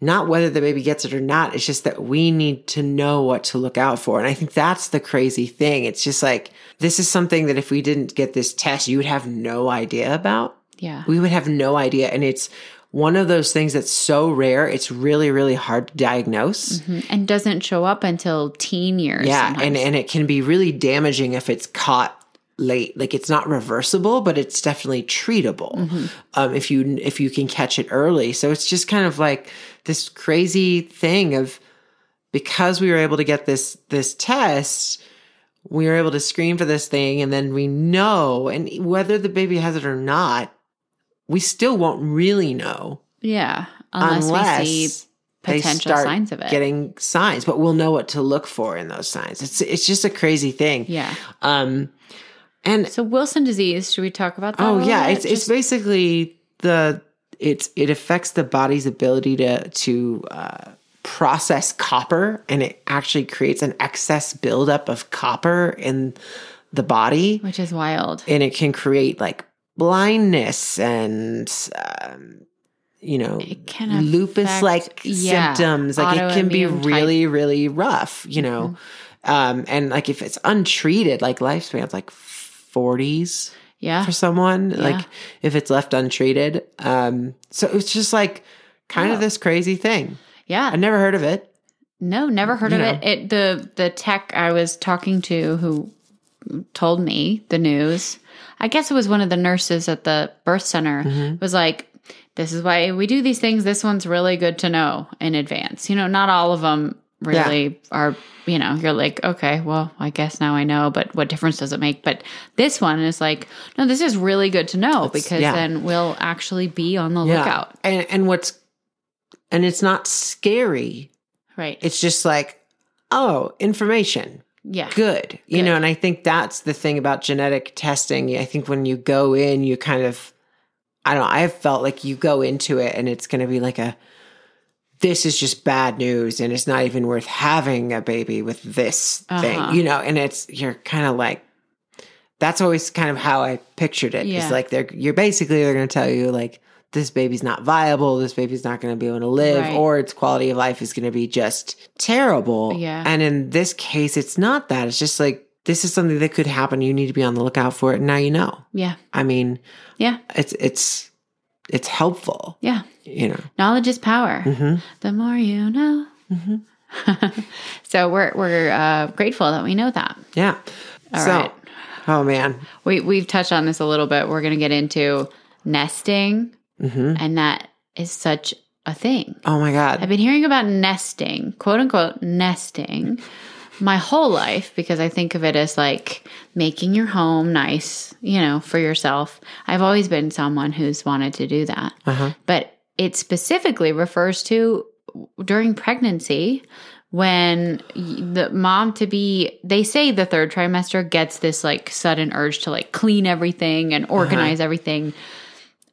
S1: not whether the baby gets it or not. It's just that we need to know what to look out for. And I think that's the crazy thing. It's just like this is something that if we didn't get this test, you would have no idea about.
S3: Yeah.
S1: we would have no idea. And it's one of those things that's so rare, it's really, really hard to diagnose.
S3: Mhm. And doesn't show up until teen years.
S1: Yeah. And,
S3: sometimes.
S1: and it can be really damaging if it's caught late like it's not reversible but it's definitely treatable
S3: Mm-hmm.
S1: um, if you if you can catch it early so it's just kind of like this crazy thing of because we were able to get this this test we were able to screen for this thing and then we know and whether the baby has it or not we still won't really know
S3: yeah, unless,
S1: unless,
S3: we see potential signs of it.
S1: Getting signs, but we'll know what to look for in those signs. It's it's just a crazy thing.
S3: yeah.
S1: Um, and
S3: So Wilson disease. Should we talk about that? a
S1: oh
S3: little
S1: yeah,
S3: bit?
S1: it's it's basically the it's it affects the body's ability to to uh, process copper, and it actually creates an excess buildup of copper in the body
S3: which is wild.
S1: and it can create like blindness and um, you know
S3: It can affect-
S1: lupus like
S3: yeah,
S1: symptoms like it can be
S3: autoimmune type. Mm-hmm.
S1: really really rough you know um, and like if it's untreated like lifespans like 40s
S3: yeah.
S1: for someone like
S3: Yeah.
S1: if it's left untreated um, so it's just like kind of this crazy thing
S3: Yeah.
S1: i never heard of it
S3: No, never heard of
S1: You know.
S3: it. It the the tech I was talking to who told me the news. I guess it was one of the nurses at the birth center
S1: Mm-hmm.
S3: was like this is why we do these things. This one's really good to know in advance. You know, not all of them really are, you know, you're like, okay, well, I guess now I know, but what difference does it make? But this one is like, no, this is really good to know because
S1: yeah.
S3: then we'll actually be on the lookout.
S1: and, and what's and it's not scary
S3: Right.
S1: it's just like oh information
S3: yeah.
S1: good you
S3: Good.
S1: know and i think that's the thing about genetic testing i think when you go in you kind of i don't know i've felt like you go into it and it's going to be like a this is just bad news and it's not even worth having a baby with this
S3: Uh-huh.
S1: thing you know and it's you're kind of like that's always kind of how i pictured it
S3: Yeah.
S1: it's like they're you're basically they're going to tell you like this baby's not viable this baby's not going to be able to live
S3: Right.
S1: or its quality of life is going to be just terrible
S3: Yeah.
S1: and in this case, it's not that. It's just like, this is something that could happen. You need to be on the lookout for it. And now you know.
S3: Yeah.
S1: I mean,
S3: Yeah.
S1: it's, it's, it's helpful,
S3: Yeah.
S1: you know?
S3: Knowledge is power.
S1: Mhm.
S3: The more you know. *laughs* so we're we're uh, grateful that we know that.
S1: Yeah. so,
S3: right.
S1: oh man.
S3: We we've touched on this a little bit. We're going to get into nesting,
S1: hmm
S3: and that is such a thing.
S1: Oh my
S3: I've
S1: God.
S3: been hearing about nesting, quote unquote nesting, my whole life because I think of it as like making your home nice, you know, for yourself. I've always been someone who's wanted to do that.
S1: Uh-huh.
S3: But it specifically refers to during pregnancy when y- the mom to be they say the third trimester gets this like sudden urge to like clean everything and organize everything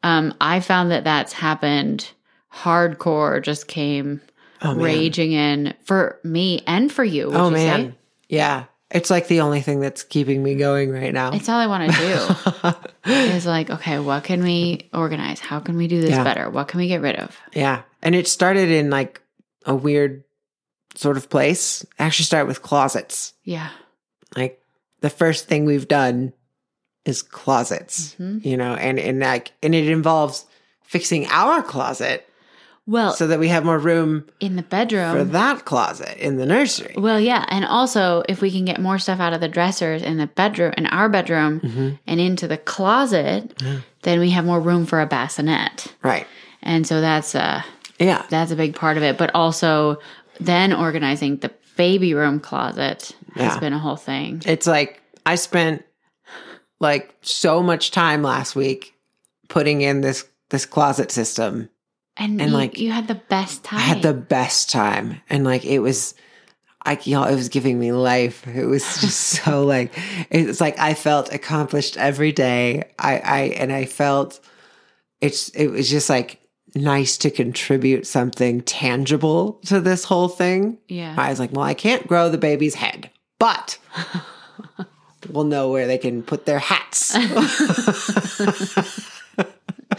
S3: um i found that that's happened hardcore just came
S1: Oh man.
S3: raging in for me and for you would
S1: Oh
S3: you say?
S1: man. Yeah. It's like the only thing that's keeping me going right now.
S3: It's all I want
S1: *laughs*
S3: to do is like, okay, what can we organize? How can we do this
S1: Yeah.
S3: better? What can we get rid of?
S1: *gasps* Yeah. And it started in like a weird sort of place. I actually started with closets.
S3: Yeah.
S1: like the first thing we've done is closets
S3: Mhm.
S1: you know and and like and it involves fixing our closet
S3: Well,
S1: so that we have more room
S3: in the
S1: for
S3: bedroom.
S1: that closet in the nursery.
S3: Well, yeah, and also if we can get more stuff out of the dressers in the bedroom, in our bedroom,
S1: Mm-hmm.
S3: and into the closet, then we have more room for a bassinet.
S1: Right.
S3: And so that's uh, a
S1: Yeah.
S3: that's a big part of it. But also then organizing the baby room closet has
S1: Yeah.
S3: been a whole thing.
S1: It's like I spent like so much time last week putting in this this closet system.
S3: And,
S1: And,
S3: you,
S1: like,
S3: you had the best time.
S1: I had the best time, and like it was, I y'all, it was giving me life. It was
S3: *laughs*
S1: just so like it was like I felt accomplished every day. I I and I felt it's it was just like nice to contribute something tangible to this whole thing.
S3: yeah.
S1: I was like, well, I can't grow the baby's head,
S3: *laughs*
S1: but we'll know where they can put
S3: *laughs*
S1: their hats.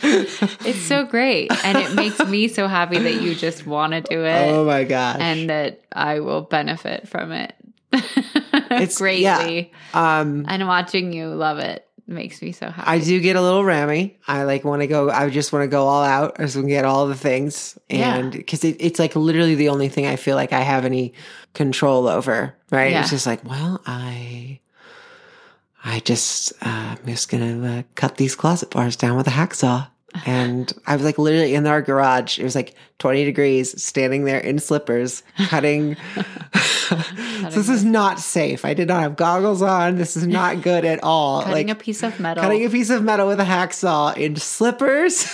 S3: It's so great. And it makes me so happy that you just want to do it
S1: *laughs* oh my gosh!
S3: and that I will benefit from it *laughs*
S1: It's- yeah.
S3: greatly.
S1: um,
S3: And watching you love it makes me so happy.
S1: I do get a little rammy. I like want to go. I just want to go all out. I just want to get all the things,
S3: Yeah.
S1: and because it, it's like literally the only thing I feel like I have any control over. Right?
S3: Yeah.
S1: It's just like, well, I, I just uh, I'm just gonna uh, cut these closet bars down with
S3: *sighs*
S1: a hacksaw. And I was like literally in our garage. It was like 20 degrees, standing there in slippers,
S3: *laughs*
S1: cutting. *laughs* so this is not safe. I did not have goggles on. This is not good at all.
S3: cutting a piece of metal.
S1: Cutting a piece of metal with a hacksaw in slippers.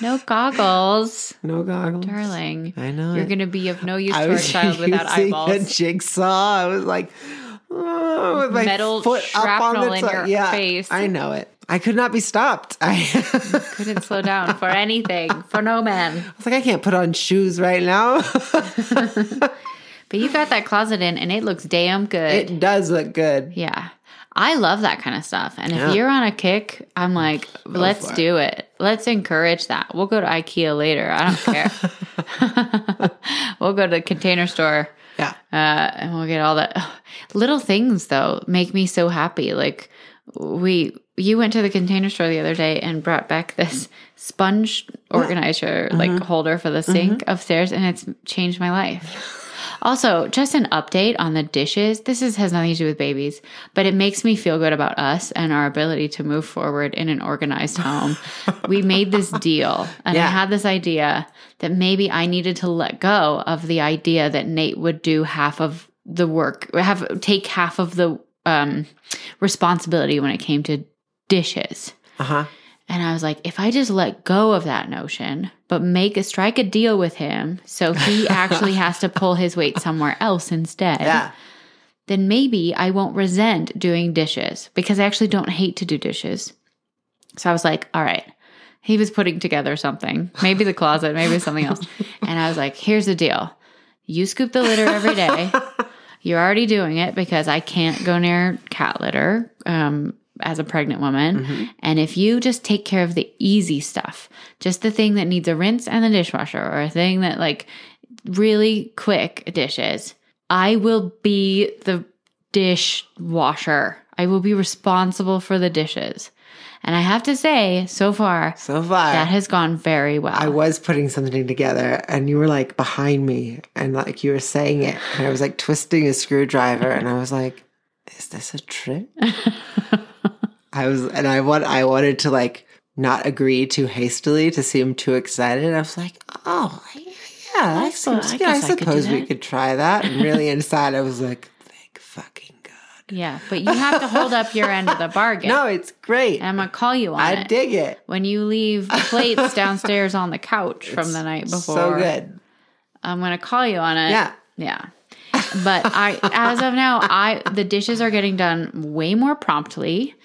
S3: *laughs*
S1: *laughs*
S3: no goggles.
S1: no goggles.
S3: Darling.
S1: I know.
S3: You're
S1: it.
S3: going to be of no use
S1: I
S3: to our
S1: was *laughs*
S3: child without
S1: using a
S3: eyeballs.
S1: jigsaw. I was like, oh, with my
S3: Metal
S1: foot up on
S3: shrapnel
S1: the
S3: in
S1: top.
S3: your
S1: yeah,
S3: face.
S1: I know it. I could not be stopped. *laughs* I, I
S3: Couldn't slow down for anything, for no man.
S1: was like, I can't put on shoes right now. *laughs*
S3: But you got that closet in and it looks damn good.
S1: it does look good.
S3: Yeah. I love that kind of stuff. And if
S1: Yeah.
S3: you're on a kick, I'm like, let's
S1: for it.
S3: do it. Let's encourage that. We'll go to IKEA later. I don't care.
S1: *laughs*
S3: we'll go to the container store
S1: Yeah.
S3: uh, and we'll get all that. *sighs* Little things, though, make me so happy. Like, we, you went to the container store the other day and brought back this sponge organizer, like
S1: Mm-hmm.
S3: holder for the sink upstairs, and it's changed my life. Also, just an update on the dishes. This is, has nothing to do with babies, but it makes me feel good about us and our ability to move forward in an organized home. we made this deal, and I
S1: Yeah.
S3: had this idea that maybe I needed to let go of the idea that Nate would do half of the work, have take half of the um, responsibility when it came to dishes.
S1: Uh huh.
S3: And I was like, if I just let go of that notion, but make a strike a deal with him so he actually has to pull his weight somewhere else instead,
S1: Yeah.
S3: then maybe I won't resent doing dishes because I actually don't hate to do dishes. So I was like, all right. He was putting together something, maybe the closet, maybe something else. And I was like, here's the deal you scoop the litter every day. You're already doing it because I can't go near cat litter um, as a pregnant woman. And if you just take care of the easy stuff, just the thing that needs a rinse and the dishwasher, or a thing that like really quick dishes, I will be the dishwasher. I will be responsible for the dishes. And I have to say, so far,
S1: So far.
S3: that has gone very well.
S1: Uh, I was putting something together and you were like behind me and like you were saying it and I was like twisting a screwdriver and I was like, is this a
S3: *laughs*
S1: trick? I was and I want I wanted to like not agree too hastily to seem too excited. I was like, oh yeah, I,
S3: I thought-
S1: seems
S3: I
S1: good. I
S3: guess I could do
S1: suppose we
S3: that."
S1: could try that.
S3: *laughs*
S1: And really inside I was like, thank fucking God.
S3: yeah, but you have to hold up your end of the bargain.
S1: *laughs* No, it's great.
S3: And I'm gonna call you on
S1: I
S3: it.
S1: dig it.
S3: When you
S1: *laughs*
S3: leave plates downstairs on the couch from the night before,
S1: So good.
S3: I'm gonna call you on it.
S1: Yeah.
S3: yeah. But I, as of now, I the dishes are getting done way more promptly,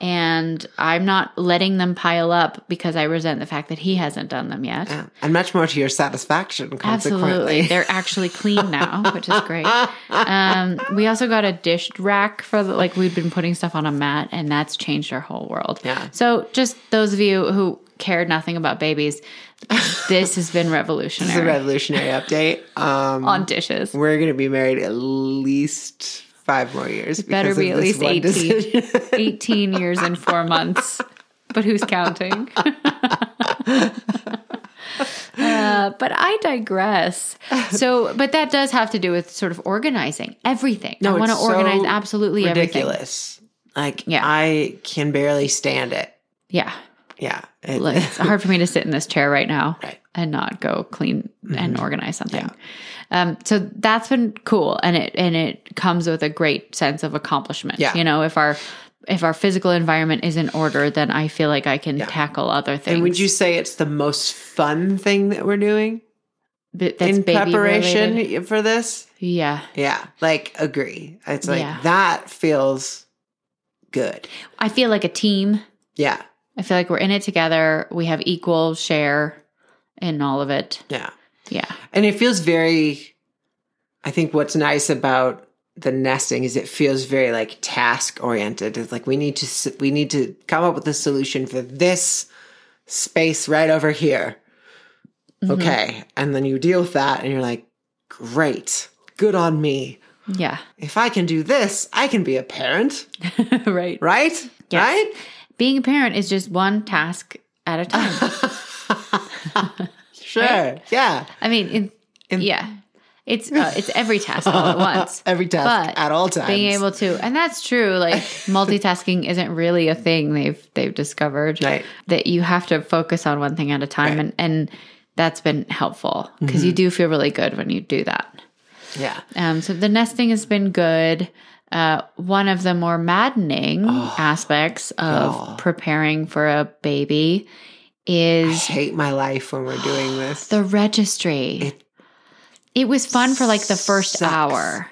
S3: and I'm not letting them pile up because I resent the fact that he hasn't done them yet.
S1: Yeah. And much more to your satisfaction, consequently.
S3: Absolutely. They're actually clean now, which is great. Um, we also got a dish rack for the, like, we'd been putting stuff on a mat, and that's changed our whole world.
S1: Yeah.
S3: So, just those of you who cared nothing about babies, this has been revolutionary
S1: It's a revolutionary update. Um,
S3: on dishes.
S1: we're going to be married at least five more years.
S3: Better
S1: because
S3: be
S1: of
S3: at
S1: this
S3: least 18,
S1: one decision. *laughs*
S3: 18 years and four months. But who's counting? *laughs* Uh, but I digress. So, but that does have to do with sort of organizing everything. I want to
S1: it's
S3: organize
S1: so
S3: absolutely everything.
S1: ridiculous. Like
S3: Yeah.
S1: I can barely stand it.
S3: Yeah.
S1: Yeah. It-
S3: Look, it's hard for me to sit in this chair right now
S1: Right. Mm-hmm.
S3: and not go clean and organize something. Um, so that's been cool, and it and it comes with a great sense of accomplishment.
S1: Yeah.
S3: You know, if our if our physical environment is in order, then I feel like I can tackle other things.
S1: *laughs* and would you say it's the most fun thing that we're doing
S3: B- that's
S1: in
S3: baby
S1: preparation
S3: related.
S1: for this?
S3: Yeah.
S1: Yeah. Like agree. It's like
S3: Yeah.
S1: that feels good.
S3: I feel like a team.
S1: Yeah.
S3: I feel like we're in it together. We have equal share in all of it.
S1: Yeah.
S3: Yeah.
S1: And it feels very, I think what's nice about the nesting is it feels very like task oriented. It's like we need to, s- we need to come up with a solution for this space right over here.
S3: Mm-hmm.
S1: Okay. And then you deal with that and you're like, great, good on me.
S3: Yeah. *laughs*
S1: If I can do this, I can be a parent,
S3: right.
S1: right?
S3: Yes.
S1: Right?
S3: Being a parent is just one task at a time.
S1: Sure. Yeah.
S3: I mean, in, yeah. It's uh, it's every task all
S1: *laughs*
S3: at once.
S1: Every task
S3: But
S1: at all times.
S3: Being able to, and that's true.
S1: *laughs*
S3: Like multitasking isn't really a thing they've they've discovered.
S1: Right.
S3: That you have to focus on one thing at a time, and and that's been helpful because
S1: Mm-hmm.
S3: you do feel really good when you do that.
S1: yeah.
S3: Um, so the nesting has been good. Uh, one of the more maddening
S1: Oh,
S3: aspects of preparing for a baby is
S1: Hate my life when we're doing this.
S3: the registry. It, was fun for like the first
S1: sucks.
S3: hour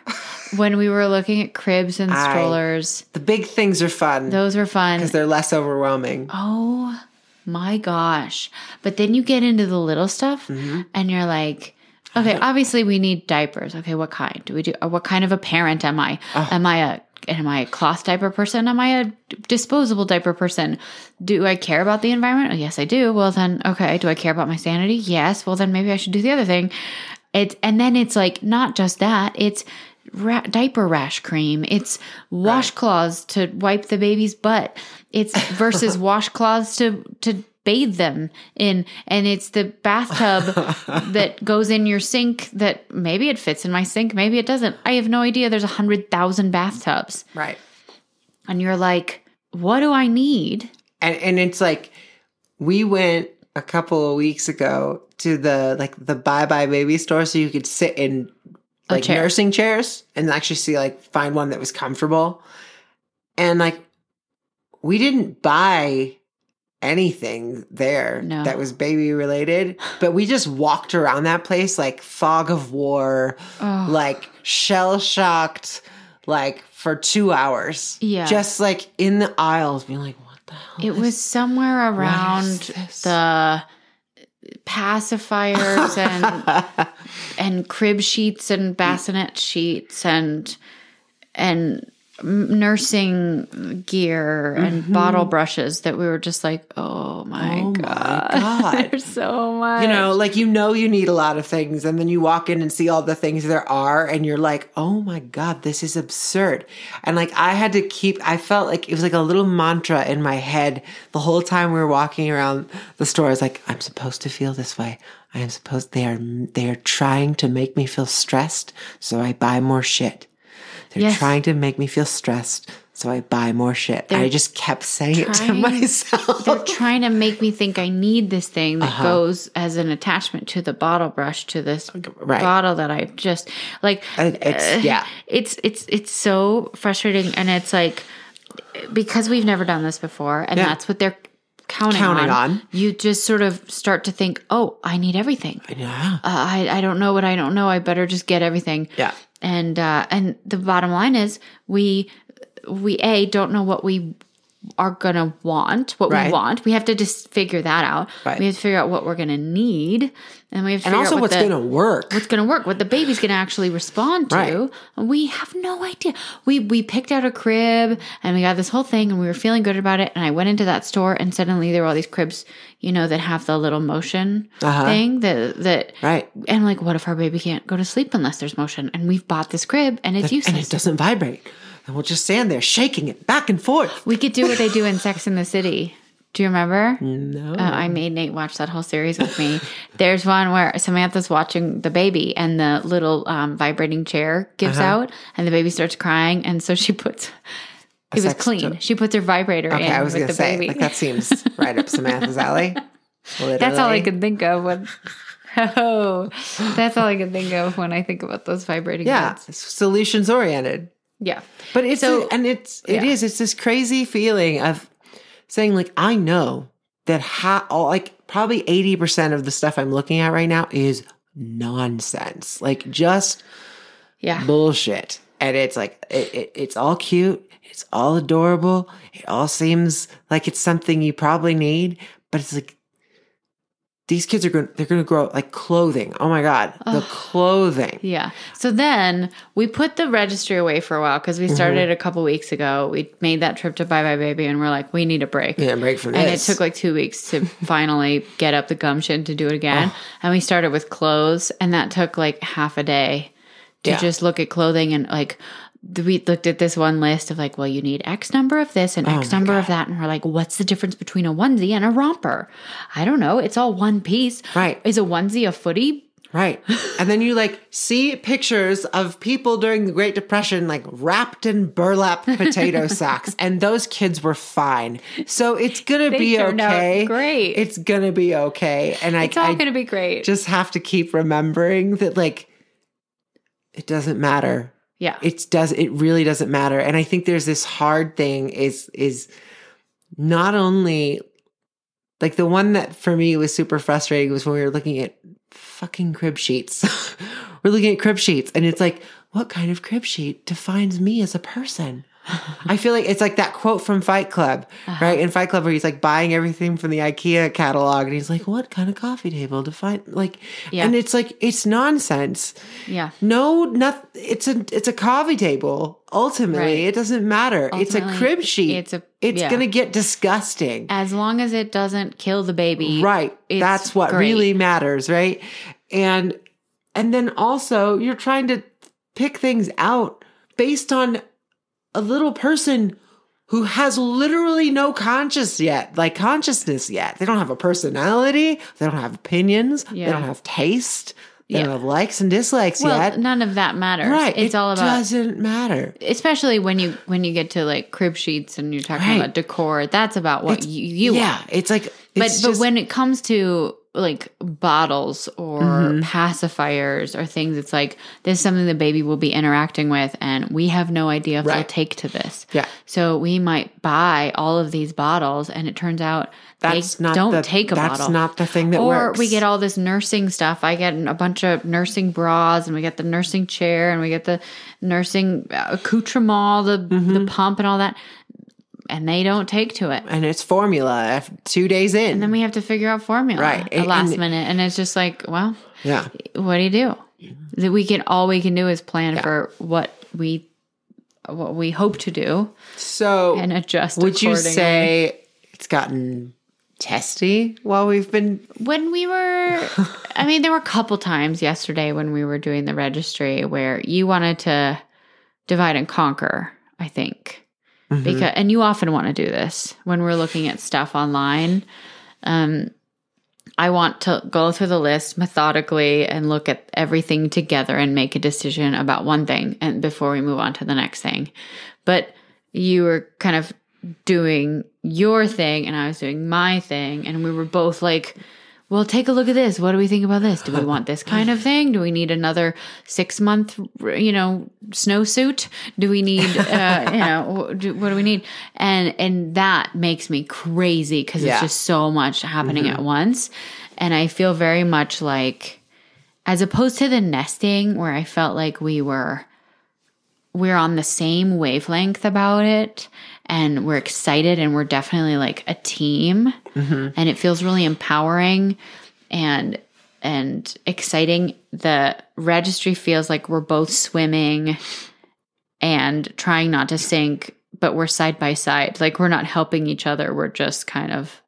S3: when we were looking at cribs and
S1: I-
S3: strollers.
S1: The big things are fun because
S3: Those were fun.
S1: they're less overwhelming.
S3: Oh my gosh. But then you get into the little stuff and you're like, okay, obviously we need diapers. Okay, what kind? Do we do or what kind of a parent am I? Am I a am I a cloth diaper person? Am I a disposable diaper person? Do I care about the environment? Oh, yes, I do. Well, then okay, do I care about my sanity? Yes. Well, then maybe I should do the other thing. It's and then it's like not just that, it's ra- diaper rash cream. It's washcloths to wipe the baby's butt.
S1: *laughs*
S3: It's versus washcloths to to bathe them in, and it's the
S1: *laughs*
S3: bathtub that goes in your sink. That maybe it fits in my sink, maybe it doesn't. I have no idea. There's a hundred thousand bathtubs,
S1: Right.
S3: and you're like, what do I need?
S1: And and it's like we went a couple of weeks ago to the like the bye bye baby store so you could sit in like
S3: chair.
S1: nursing chairs and actually see like find one that was comfortable. And like we didn't buy anything there
S3: No.
S1: that was baby related, but we just walked around that place like fog of war,
S3: Oh,
S1: like shell shocked, like for two hours.
S3: Yeah.
S1: Just like in the aisles, being like, what the hell?
S3: it
S1: is- *laughs*
S3: was somewhere around
S1: is this?
S3: the pacifiers and and crib sheets and bassinet sheets and and m- nursing gear and bottle brushes that we were just like, oh my
S1: *laughs* Mm-hmm. Oh my
S3: god, *laughs*
S1: God.
S3: there's so much.
S1: you know, like you know you need a lot of things, and then you walk in and see all the things there are, and you're like, oh my God, this is absurd. And like I had to keep I felt like it was like a little mantra in my head the whole time we were walking around the store. It's like, I'm supposed to feel this way. I am supposed they are they are trying to make me feel stressed, so I buy more shit. They're
S3: Yes.
S1: trying to make me feel stressed, so I buy more shit. I just kept saying it to
S3: trying-
S1: myself. *laughs*
S3: they're trying to make me think I need this thing that
S1: Uh-huh.
S3: goes as an attachment to the bottle brush to this
S1: right.
S3: bottle that I just like.
S1: And it's-
S3: uh,
S1: yeah.
S3: *sighs* it's it's it's so frustrating, and it's like because we've never done this before, and
S1: Yeah.
S3: that's what they're counting,
S1: Counting on.
S3: You just sort of start to think, oh, I need everything.
S1: yeah.
S3: Uh, I I don't know what I don't know. I better just get everything.
S1: Yeah.
S3: And uh, and the bottom line is we we a don't know what we are gonna want, what
S1: Right.
S3: we want. We have to just figure that out.
S1: Right.
S3: We have to figure out what we're gonna need, and we have to
S1: And
S3: figure
S1: also
S3: out what
S1: what's
S3: the-
S1: gonna work.
S3: what's going to work, what the baby's going to actually respond to.
S1: Right.
S3: And we have no idea. We we picked out a crib and we got this whole thing and we were feeling good about it. And I went into that store and suddenly there were all these cribs, you know, that have the little motion
S1: Uh-huh.
S3: thing that that.
S1: right.
S3: And I'm like, what if our baby can't go to sleep unless there's motion? And we've bought this crib and it's
S1: and
S3: useless.
S1: it doesn't vibrate. And we'll just stand there shaking it back and forth.
S3: we could do what they do in Sex in the City. Do you remember?
S1: No.
S3: Uh, I made Nate watch that whole series with me. *laughs* There's one where Samantha's watching the baby, and the little um, vibrating chair gives
S1: Uh-huh.
S3: out, and the baby starts crying, and so she puts.
S1: A
S3: It was
S1: sex
S3: clean.
S1: toy.
S3: She puts her vibrator
S1: okay,
S3: in
S1: I was
S3: with
S1: gonna
S3: the
S1: say
S3: baby.
S1: like that seems right up Samantha's alley.
S3: *laughs*
S1: Literally.
S3: that's all I could think of when. *laughs* Oh, that's all I could think of when I think about those vibrating.
S1: Yeah,
S3: beds.
S1: solutions oriented.
S3: yeah.
S1: But it's
S3: So-
S1: and it's it is
S3: yeah.
S1: it's this crazy feeling of saying like I know that how all like probably 80% of the stuff I'm looking at right now is nonsense. Like just
S3: Yeah.
S1: bullshit. And it's like it, it, it's all cute, it's all adorable, it all seems like it's something you probably need, but it's like these kids are going they're going to grow up like clothing. Oh my god, the
S3: Ugh.
S1: clothing.
S3: Yeah. So then we put the registry away for a while because we
S1: Mm-hmm.
S3: started a couple weeks ago. We made that trip to Bye Bye Baby and we're like, we need a break.
S1: Yeah, break from
S3: And
S1: this.
S3: it took like two weeks
S1: *laughs*
S3: to finally get up the gumption to do it
S1: Oh.
S3: again. And we started with clothes, and that took like half a day to
S1: Yeah.
S3: just look at clothing and like. th- We looked at this one list of like, well, you need X number of this and X
S1: Oh my
S3: number of that. And we're like, what's the difference between a onesie and a romper? I don't know. It's all one piece.
S1: Right.
S3: Is a onesie a footie?
S1: Right. And then you like see pictures of people during the Great Depression, like wrapped in
S3: *laughs*
S1: burlap potato sacks, and those kids were fine. So it's gonna
S3: They
S1: be
S3: turned out
S1: okay.
S3: great.
S1: It's gonna be okay. And I,
S3: It's all
S1: I
S3: going to be great.
S1: just have to keep remembering that, like, it doesn't matter
S3: yeah.
S1: it does it really doesn't matter and i think there's this hard thing is is not only like the one that for me was super frustrating was when we were looking at fucking crib sheets *laughs* we're looking at crib sheets and it's like what kind of crib sheet defines me as a person i feel like it's like that quote from fight club
S3: Uh-huh.
S1: right in fight club where he's like buying everything from the ikea catalog and he's like what kind of coffee table define like
S3: Yeah.
S1: and it's like it's nonsense
S3: Yeah.
S1: no, not it's a it's a coffee table. Ultimately,
S3: Right.
S1: it doesn't matter. it's a
S3: Ultimately,
S1: crib sheet.
S3: it's a-
S1: it's
S3: yeah.
S1: gonna get disgusting.
S3: As long as it doesn't kill the baby.
S1: right.
S3: it's
S1: That's what
S3: great.
S1: really matters, right? And and then also you're trying to pick things out based on a little person who has literally no conscious yet, like consciousness yet. They don't have a personality, they don't have opinions, they
S3: Yeah.
S1: don't have taste, they
S3: Yeah.
S1: don't have likes and dislikes
S3: Well,
S1: yet.
S3: none of that matters.
S1: Right.
S3: It's
S1: it
S3: all about
S1: doesn't matter.
S3: especially when you when you get to like crib sheets and you're talking
S1: Right.
S3: about decor, that's about what
S1: It's-
S3: you, you
S1: yeah,
S3: want.
S1: it's like
S3: But
S1: it's
S3: but
S1: just-
S3: when it comes to like bottles or
S1: Mhm.
S3: pacifiers or things, it's like this is something the baby will be interacting with and we have no idea if they'll
S1: Right.
S3: take to this.
S1: yeah,
S3: So we might buy all of these bottles and it turns out
S1: that's
S3: they
S1: not
S3: don't
S1: the,
S3: take a
S1: that's
S3: bottle.
S1: not the thing that
S3: or
S1: works.
S3: we get all this nursing stuff. I get a bunch of nursing bras, and we get the nursing chair, and we get the nursing accoutrement, the
S1: Mm-hmm.
S3: the pump, and all that. And they don't take to it.
S1: and it's formula af- two days in.
S3: And then we have to figure out formula
S1: Right.
S3: at
S1: And-
S3: last
S1: and-
S3: minute, and it's just like, well,
S1: yeah,
S3: what do you do? That we can all we can do is plan for what we what we hope to do
S1: so
S3: and adjust.
S1: would you
S3: accordingly.
S1: say it's gotten testy while we've been?
S3: when we were i mean there were a couple times yesterday when we were doing the registry where you wanted to divide and conquer i think
S1: Mhm.
S3: because and you often want to do this when we're looking at stuff online um i want to go through the list methodically and look at everything together and make a decision about one thing and before we move on to the next thing but you were kind of doing your thing and i was doing my thing and we were both like well take a look at this what do we think about this do we want this kind of thing do we need another six month you know snowsuit do we need uh, you know *laughs* wh- do- what do we need and and that makes me crazy because
S1: Yeah.
S3: it's just so much happening at once and i feel very much like as opposed to the nesting where i felt like we were we're on the same wavelength about it and we're excited and we're definitely like a team
S1: Mm-hmm.
S3: and it feels really empowering and and exciting the registry feels like we're both swimming and trying not to sink but we're side by side like we're not helping each other we're just kind of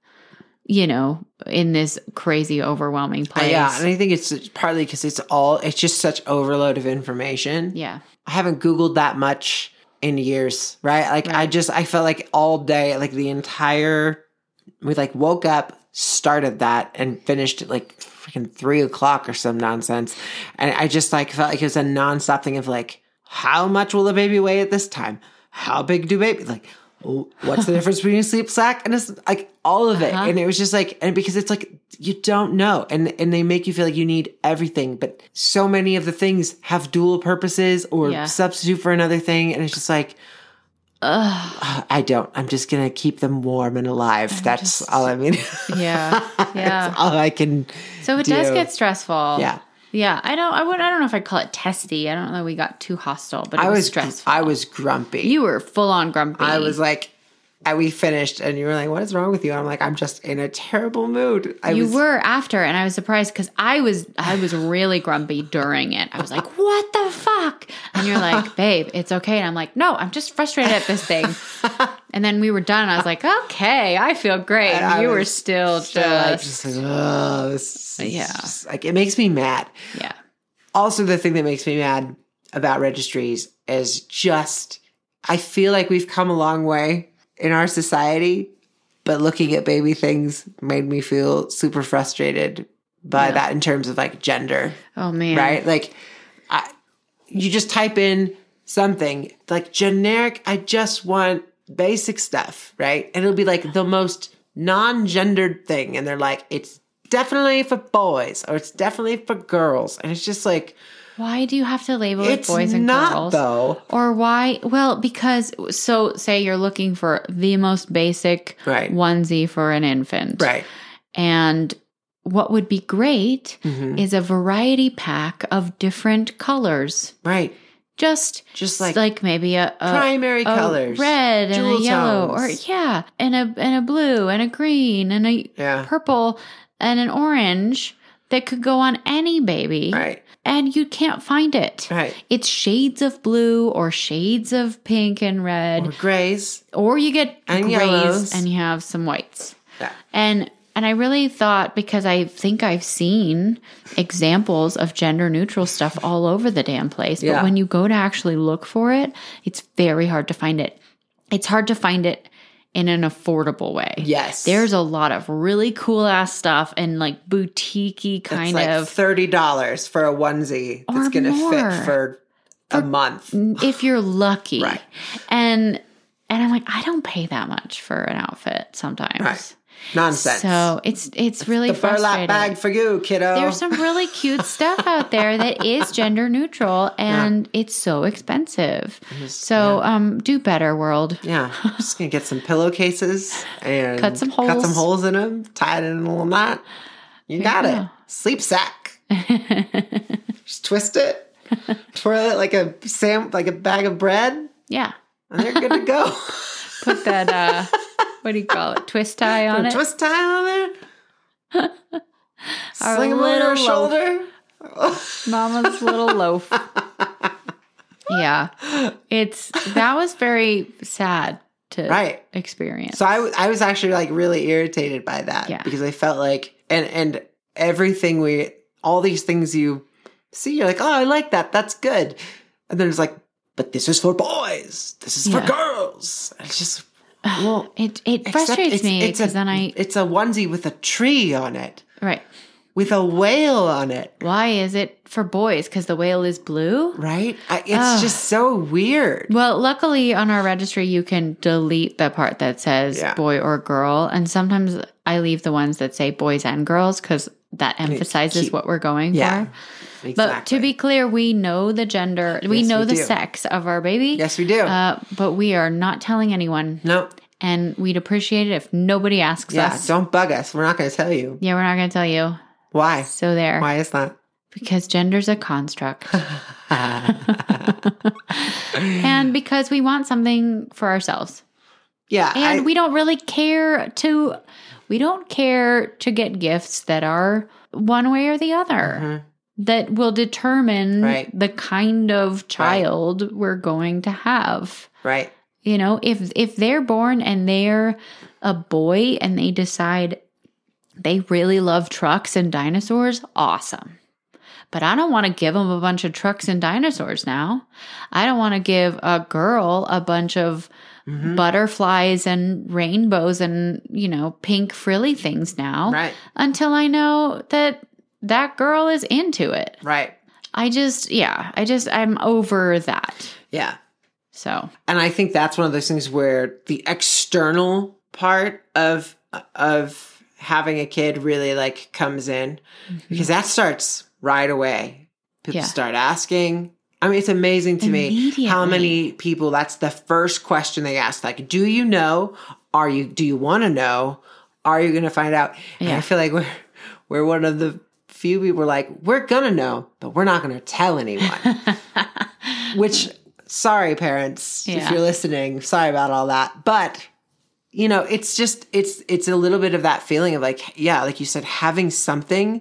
S3: you know in this crazy overwhelming place
S1: Uh, Yeah, and I think it's partly because it's all it's just such overload of information.
S3: yeah
S1: I haven't Googled that much in years, right? Like I just I felt like all day, like the entire We like woke up, started that, and finished at like freaking three o'clock or some nonsense. And I just like felt like it was a nonstop thing of like, how much will the baby weigh at this time? How big do baby like? What's the difference between a sleep sack and it's like all of it?
S3: Uh-huh.
S1: And it was just like, and because it's like you don't know, and and they make you feel like you need everything, but so many of the things have dual purposes or
S3: Yeah.
S1: substitute for another thing, and it's just like,
S3: Ugh.
S1: I don't. I'm just gonna keep them warm and alive. That's
S3: just-
S1: all I mean. *laughs*
S3: Yeah. Yeah.
S1: That's all Oh, I can.
S3: Uh, So it does
S1: do.
S3: get stressful.
S1: Yeah.
S3: Yeah. I don't I would I don't know if I'd call it testy. I don't know we got too hostile, but it
S1: I
S3: was,
S1: was
S3: stressful.
S1: I was grumpy.
S3: you were full on grumpy.
S1: I was like, I, we finished, and you were like, "What is wrong with you?" I'm like, "I'm just in a terrible mood." I
S3: you
S1: was,
S3: were after, and I was surprised because I was I was really grumpy during it. I was like, "What the fuck?" And you're
S1: *laughs*
S3: like, "Babe, it's okay." And I'm like, "No, I'm just frustrated at this thing." and then we were done. And I was like, "Okay, I feel great."
S1: I
S3: you were
S1: was
S3: still just,
S1: So I just like, oh, this is
S3: Yeah.
S1: just- like it makes me mad.
S3: yeah,
S1: also the thing that makes me mad about registries is just I feel like we've come a long way in our society, but looking at baby things made me feel super frustrated by that in terms of like gender,
S3: oh man,
S1: right? Like I you just type in something like generic, I just want basic stuff, right? And it'll be like the most non-gendered thing and they're like it's definitely for boys or it's definitely for girls and it's just like
S3: Why do you have to label it
S1: It's
S3: boys and
S1: not,
S3: girls?
S1: though.
S3: Or why? Well, because so say you're looking for the most basic
S1: Right.
S3: onesie for an infant,
S1: Right.
S3: And what would be great
S1: Mm-hmm. Mm.
S3: is a variety pack of different colors.
S1: Right.
S3: Just
S1: Just
S3: like,
S1: like,
S3: maybe a, a
S1: primary
S3: a
S1: colors.
S3: red and a
S1: jewel
S3: yellow,
S1: tones.
S3: or yeah, and a and a blue and a green and a
S1: Yeah.
S3: purple and an orange that could go on any baby,
S1: Right.
S3: and you can't find it.
S1: Right.
S3: It's shades of blue or shades of pink and red,
S1: Or grays.
S3: or you get
S1: And
S3: grays
S1: yellows.
S3: and you have some whites.
S1: Yeah.
S3: And and I really thought because I think I've seen examples of gender neutral stuff all over the damn place. But
S1: Yeah.
S3: when you go to actually look for it, it's very hard to find it. It's hard to find it in an affordable way.
S1: Yes.
S3: There's a lot of really cool ass stuff and like boutiquey
S1: It's
S3: kind
S1: like
S3: of
S1: thirty dollars for a onesie
S3: Or
S1: that's gonna
S3: more.
S1: fit for a month.
S3: if you're lucky.
S1: Right.
S3: And and I'm like, I don't pay that much for an outfit sometimes.
S1: Right. Nonsense.
S3: So it's it's really
S1: the burlap
S3: frustrating.
S1: bag for you, kiddo.
S3: There's some really
S1: *laughs*
S3: cute stuff out there that is gender neutral and it's so expensive. So um do better world.
S1: yeah, I'm just gonna get some pillowcases and
S3: Cut some
S1: cut some
S3: holes.
S1: holes in them, tie it in a little knot. You got
S3: go.
S1: it. Sleep
S3: *laughs*
S1: sack. just twist it, twirl it like a sam, like a bag of bread,
S3: Yeah.
S1: and they're good to
S3: *laughs*
S1: go.
S3: Put that uh
S1: *laughs*
S3: what do you call it? Twist tie on it.
S1: Twist tie on there.
S3: *laughs* Our
S1: Sling 'em over
S3: little
S1: your
S3: loaf.
S1: shoulder.
S3: Mama's little
S1: *laughs*
S3: loaf. yeah. It's that was very sad to
S1: Right.
S3: experience.
S1: So I, w- I was actually like really irritated by that
S3: Yeah.
S1: because I felt like and and everything we all these things you see you're like oh I like that that's good and then it's like but this is for boys this is
S3: Yeah.
S1: for girls And it's just well
S3: It it
S1: except
S3: frustrates
S1: it's-
S3: me
S1: it's a-
S3: because then I
S1: it's a onesie with a tree on it
S3: right.
S1: with a whale on it
S3: Why is it for boys? Because the whale is blue.
S1: right I, it's
S3: Ugh.
S1: just so weird
S3: Well, luckily on our registry, you can delete the part that says
S1: Yeah.
S3: boy or girl, and sometimes I leave the ones that say boys and girls because that emphasizes
S1: keep-
S3: what we're going
S1: yeah
S3: for. But to be clear, we know the gender, we
S1: Yes,
S3: know
S1: we
S3: the
S1: do.
S3: sex of our baby.
S1: yes we do
S3: Uh, but we are not telling anyone,
S1: no
S3: and we'd appreciate it if nobody asks
S1: yeah
S3: us.
S1: don't bug us we're not going to tell you
S3: Yeah, we're not going to tell you.
S1: why
S3: So there.
S1: why is that
S3: Because gender's a construct. *laughs* and because we want something for ourselves.
S1: *laughs* yeah
S3: And
S1: I-
S3: we don't really care to we don't care to get gifts that are one way or the other.
S1: Mm-hmm.
S3: That will determine
S1: Right.
S3: the kind of child we're going to have.
S1: Right.
S3: You know, if if they're born and they're a boy and they decide they really love trucks and dinosaurs, awesome. But I don't want to give them a bunch of trucks and dinosaurs now. I don't want to give a girl a bunch of
S1: Mhm.
S3: butterflies and rainbows and, you know, pink frilly things now
S1: Right.
S3: until I know that that girl is into it.
S1: Right.
S3: I just, yeah, I just, I'm over that.
S1: Yeah.
S3: So,
S1: And I think that's one of those things where the external part of of having a kid really like comes in because that starts right away. People
S3: Mm-hmm. Yeah.
S1: start asking. I mean, it's amazing to me how
S3: Immediately.
S1: many people that's the first question they ask like, "Do you know? Are you do you want to know? Are you going to find out?" And I
S3: Yeah.
S1: feel like we're we're one of the few people like, "We're going to know, but we're not going to tell anyone."
S3: *laughs*
S1: Which, sorry, parents, if
S3: Yeah.
S1: you're listening, sorry about all that. But you know, it's just it's it's a little bit of that feeling of like, yeah, like you said, having something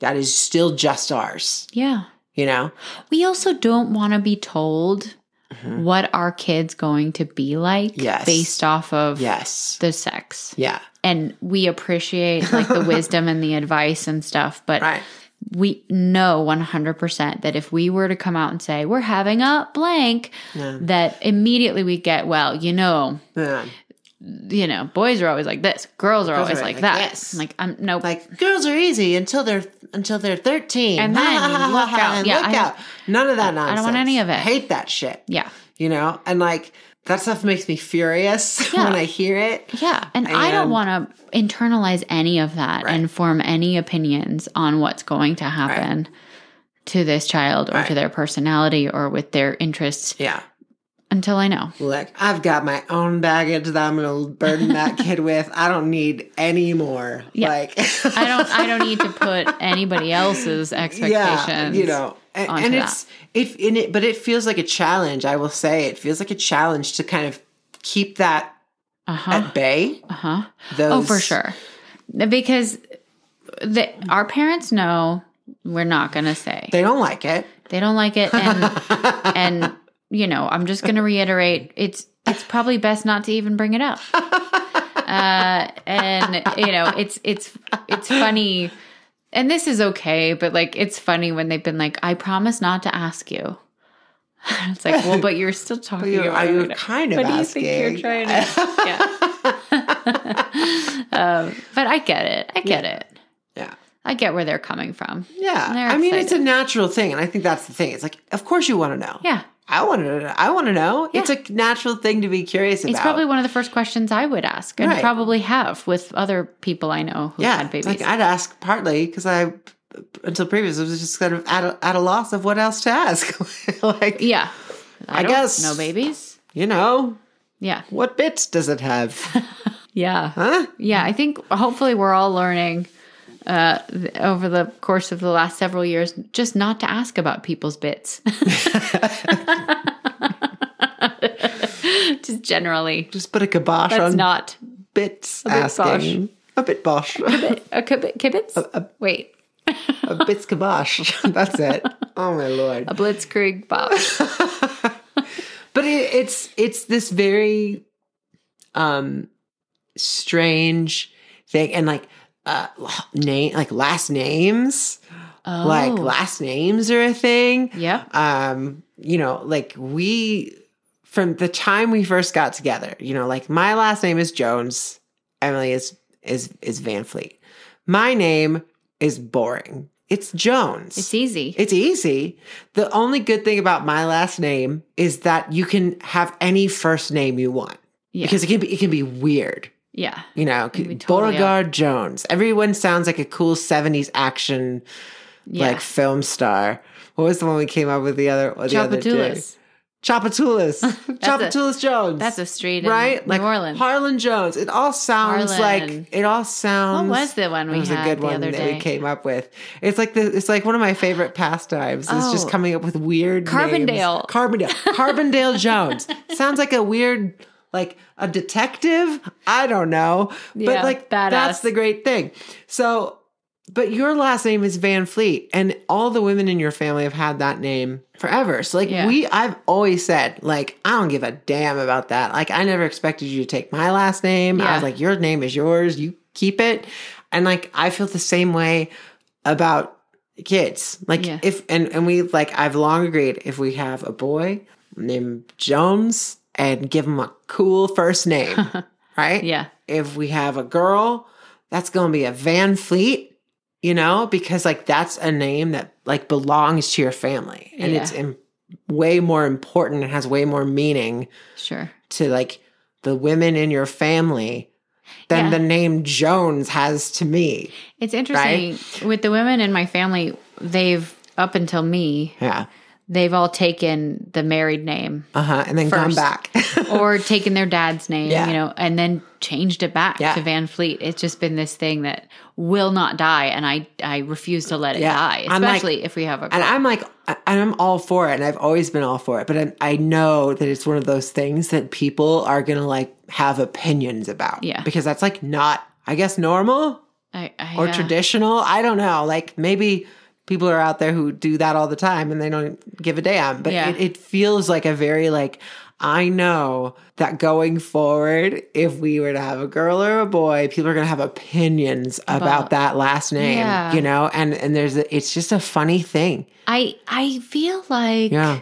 S1: that is still just ours.
S3: yeah.
S1: You know,
S3: We also don't want to be told what our kid's going to be like
S1: Mm-hmm. Yes.
S3: based off of
S1: yes,
S3: the sex.
S1: yeah,
S3: And we appreciate like
S1: *laughs*
S3: the wisdom and the advice and stuff, but
S1: right,
S3: we know 100% that if we were to come out and say we're having a blank,
S1: yeah,
S3: that immediately we get, well, you know,
S1: yeah.
S3: you know, boys are always like this, girls are
S1: Girls
S3: always
S1: are
S3: like,
S1: like
S3: that.
S1: this.
S3: Like, I'm no,
S1: Like girls are easy until they're until they're thirteen,
S3: And then
S1: *laughs*
S3: you look out.
S1: And
S3: Yeah,
S1: look
S3: I don't-
S1: out. None of that
S3: I
S1: nonsense.
S3: don't want any of it.
S1: hate that shit.
S3: yeah,
S1: You know, and like that stuff makes me furious *laughs*
S3: Yeah.
S1: when I hear it.
S3: yeah. And, I
S1: And-
S3: don't want to internalize any of that
S1: Right.
S3: and form any opinions on what's going to happen to this child or
S1: Right.
S3: to their personality or with their interests
S1: Yeah.
S3: until I know.
S1: Look, I've got my own baggage that I'm going to
S3: *laughs*
S1: burden that kid with. I don't need any more.
S3: Yeah.
S1: Like,
S3: I don't, I don't need to put anybody else's expectations.
S1: *laughs* yeah, you know, and,
S3: onto
S1: and it's it, in it, but it feels like a challenge. I will say, it feels like a challenge to kind of keep that
S3: uh huh.
S1: at bay.
S3: Uh huh.
S1: Those,
S3: Oh, for sure. Because the, our parents know we're not going to say.
S1: They don't like it.
S3: They don't like it
S1: *laughs*
S3: and and you know, I'm just going to reiterate it's it's probably best not to even bring it
S1: *laughs*
S3: up. Uh and you know, it's it's it's funny and this is okay, but like it's funny when they've been like I promise not to ask you. *laughs* it's like, "Well, but you're
S1: *laughs*
S3: still talking
S1: You,
S3: about
S1: are you
S3: it."
S1: kind of
S3: What do you
S1: asking?
S3: think you're trying to?
S1: *laughs*
S3: Yeah. *laughs* um, but I get it. I get it.
S1: yeah.
S3: I get where they're coming from.
S1: Yeah.
S3: They're
S1: I mean, it's a
S3: excited.
S1: natural thing. And I think that's the thing. It's like, of course you want to know.
S3: Yeah.
S1: I want to know. I want to know. It's
S3: Yeah.
S1: a natural thing to be curious about.
S3: It's probably one of the first questions I would ask and
S1: Right.
S3: probably have with other people I know who
S1: yeah,
S3: had babies.
S1: Like I'd ask partly because I, until previous, I was just kind of at a, at a loss of what else to ask. *laughs* like,
S3: yeah.
S1: I guess-
S3: No babies.
S1: you know,
S3: Yeah.
S1: what bits does it have?
S3: Yeah.
S1: Huh?
S3: Yeah. I think hopefully we're all learning uh, th- over the course of the last several years just not to ask about people's bits. *laughs* just generally.
S1: Just put a kibosh
S3: That's
S1: on
S3: not
S1: bits
S3: bit
S1: asking. A bit bosh.
S3: a kib- kibitz. Wait,
S1: *laughs* a bits kibosh. *laughs* That's it. Oh my lord.
S3: a blitzkrieg bop.
S1: *laughs* but it, it's it's this very um strange thing and like uh name like last names like last names are a thing
S3: Oh. Yep.
S1: um you know like we from the time we first got together you know like my last name is jones emily is is is van fleet my name is boring it's jones
S3: It's easy.
S1: it's easy. The only good thing about my last name is that you can have any first name you want
S3: yeah.
S1: because it can be it can be weird.
S3: yeah.
S1: You know,
S3: It can be totally
S1: Beauregard Jones. Everyone sounds like a cool '70s action
S3: Yeah.
S1: like film star. What was the one we came up with the other? The other day?
S3: Chapatulas. *laughs*
S1: Chapatulas.
S3: That's a-
S1: Chapatulas Jones.
S3: That's a street in
S1: right.
S3: New Orleans.
S1: Harlan Jones. It all sounds
S3: Harlan.
S1: like it all
S3: what
S1: sounds.
S3: was the one we
S1: It was a
S3: had
S1: good
S3: the
S1: one
S3: other
S1: that
S3: day?
S1: we came up with. It's like the it's like one of my favorite pastimes is just
S3: Oh.
S1: coming up with weird
S3: Carbondale.
S1: Names. Carbondale.
S3: *laughs*
S1: Carbondale Jones. Sounds like a weird like a detective. I don't know.
S3: Yeah,
S1: but like
S3: badass.
S1: that's the great thing. So but your last name is Van Fleet and all the women in your family have had that name forever. So like
S3: Yeah.
S1: we I've always said like I don't give a damn about that. Like I never expected you to take my last name. I
S3: Yeah.
S1: was like your name is yours. You keep it. And like I feel the same way about kids. Like
S3: Yeah.
S1: if and and we like I've long agreed if we have a boy named Jones, and give them a cool first name,
S3: *laughs*
S1: right?
S3: Yeah.
S1: If we have a girl, that's going to be a Van Fleet, you know, because like that's a name that like belongs to your family and
S3: Yeah.
S1: it's Im- way more important and has way more meaning
S3: Sure.
S1: to like the women in your family than
S3: Yeah.
S1: the name Jones has to me.
S3: It's interesting with the women in my family. They've up until me,
S1: Yeah.
S3: they've all taken the married name
S1: Uh huh. And then come
S3: First.
S1: back. *laughs*
S3: or taken their dad's name,
S1: Yeah.
S3: you know, and then changed it back
S1: Yeah.
S3: to Van Fleet. It's just been this thing that will not die, and I I refuse to let it
S1: Yeah.
S3: die,
S1: I'm like-
S3: especially if we have a.
S1: and I'm like, I- and I'm all for it, and I've always been all for it. But I'm, I know that it's one of those things that people are gonna like have opinions about,
S3: Yeah.
S1: because that's like not, I guess, normal
S3: I, I, uh,
S1: or
S3: yeah.
S1: traditional. I don't know. Like maybe people are out there who do that all the time and they don't give a damn. But
S3: Yeah.
S1: it, it feels like a very like I know that going forward, if we were to have a girl or a boy, people are gonna have opinions about,
S3: About-
S1: that last name.
S3: Yeah.
S1: You know, and and there's a, it's just a funny thing.
S3: I I feel like
S1: Yeah.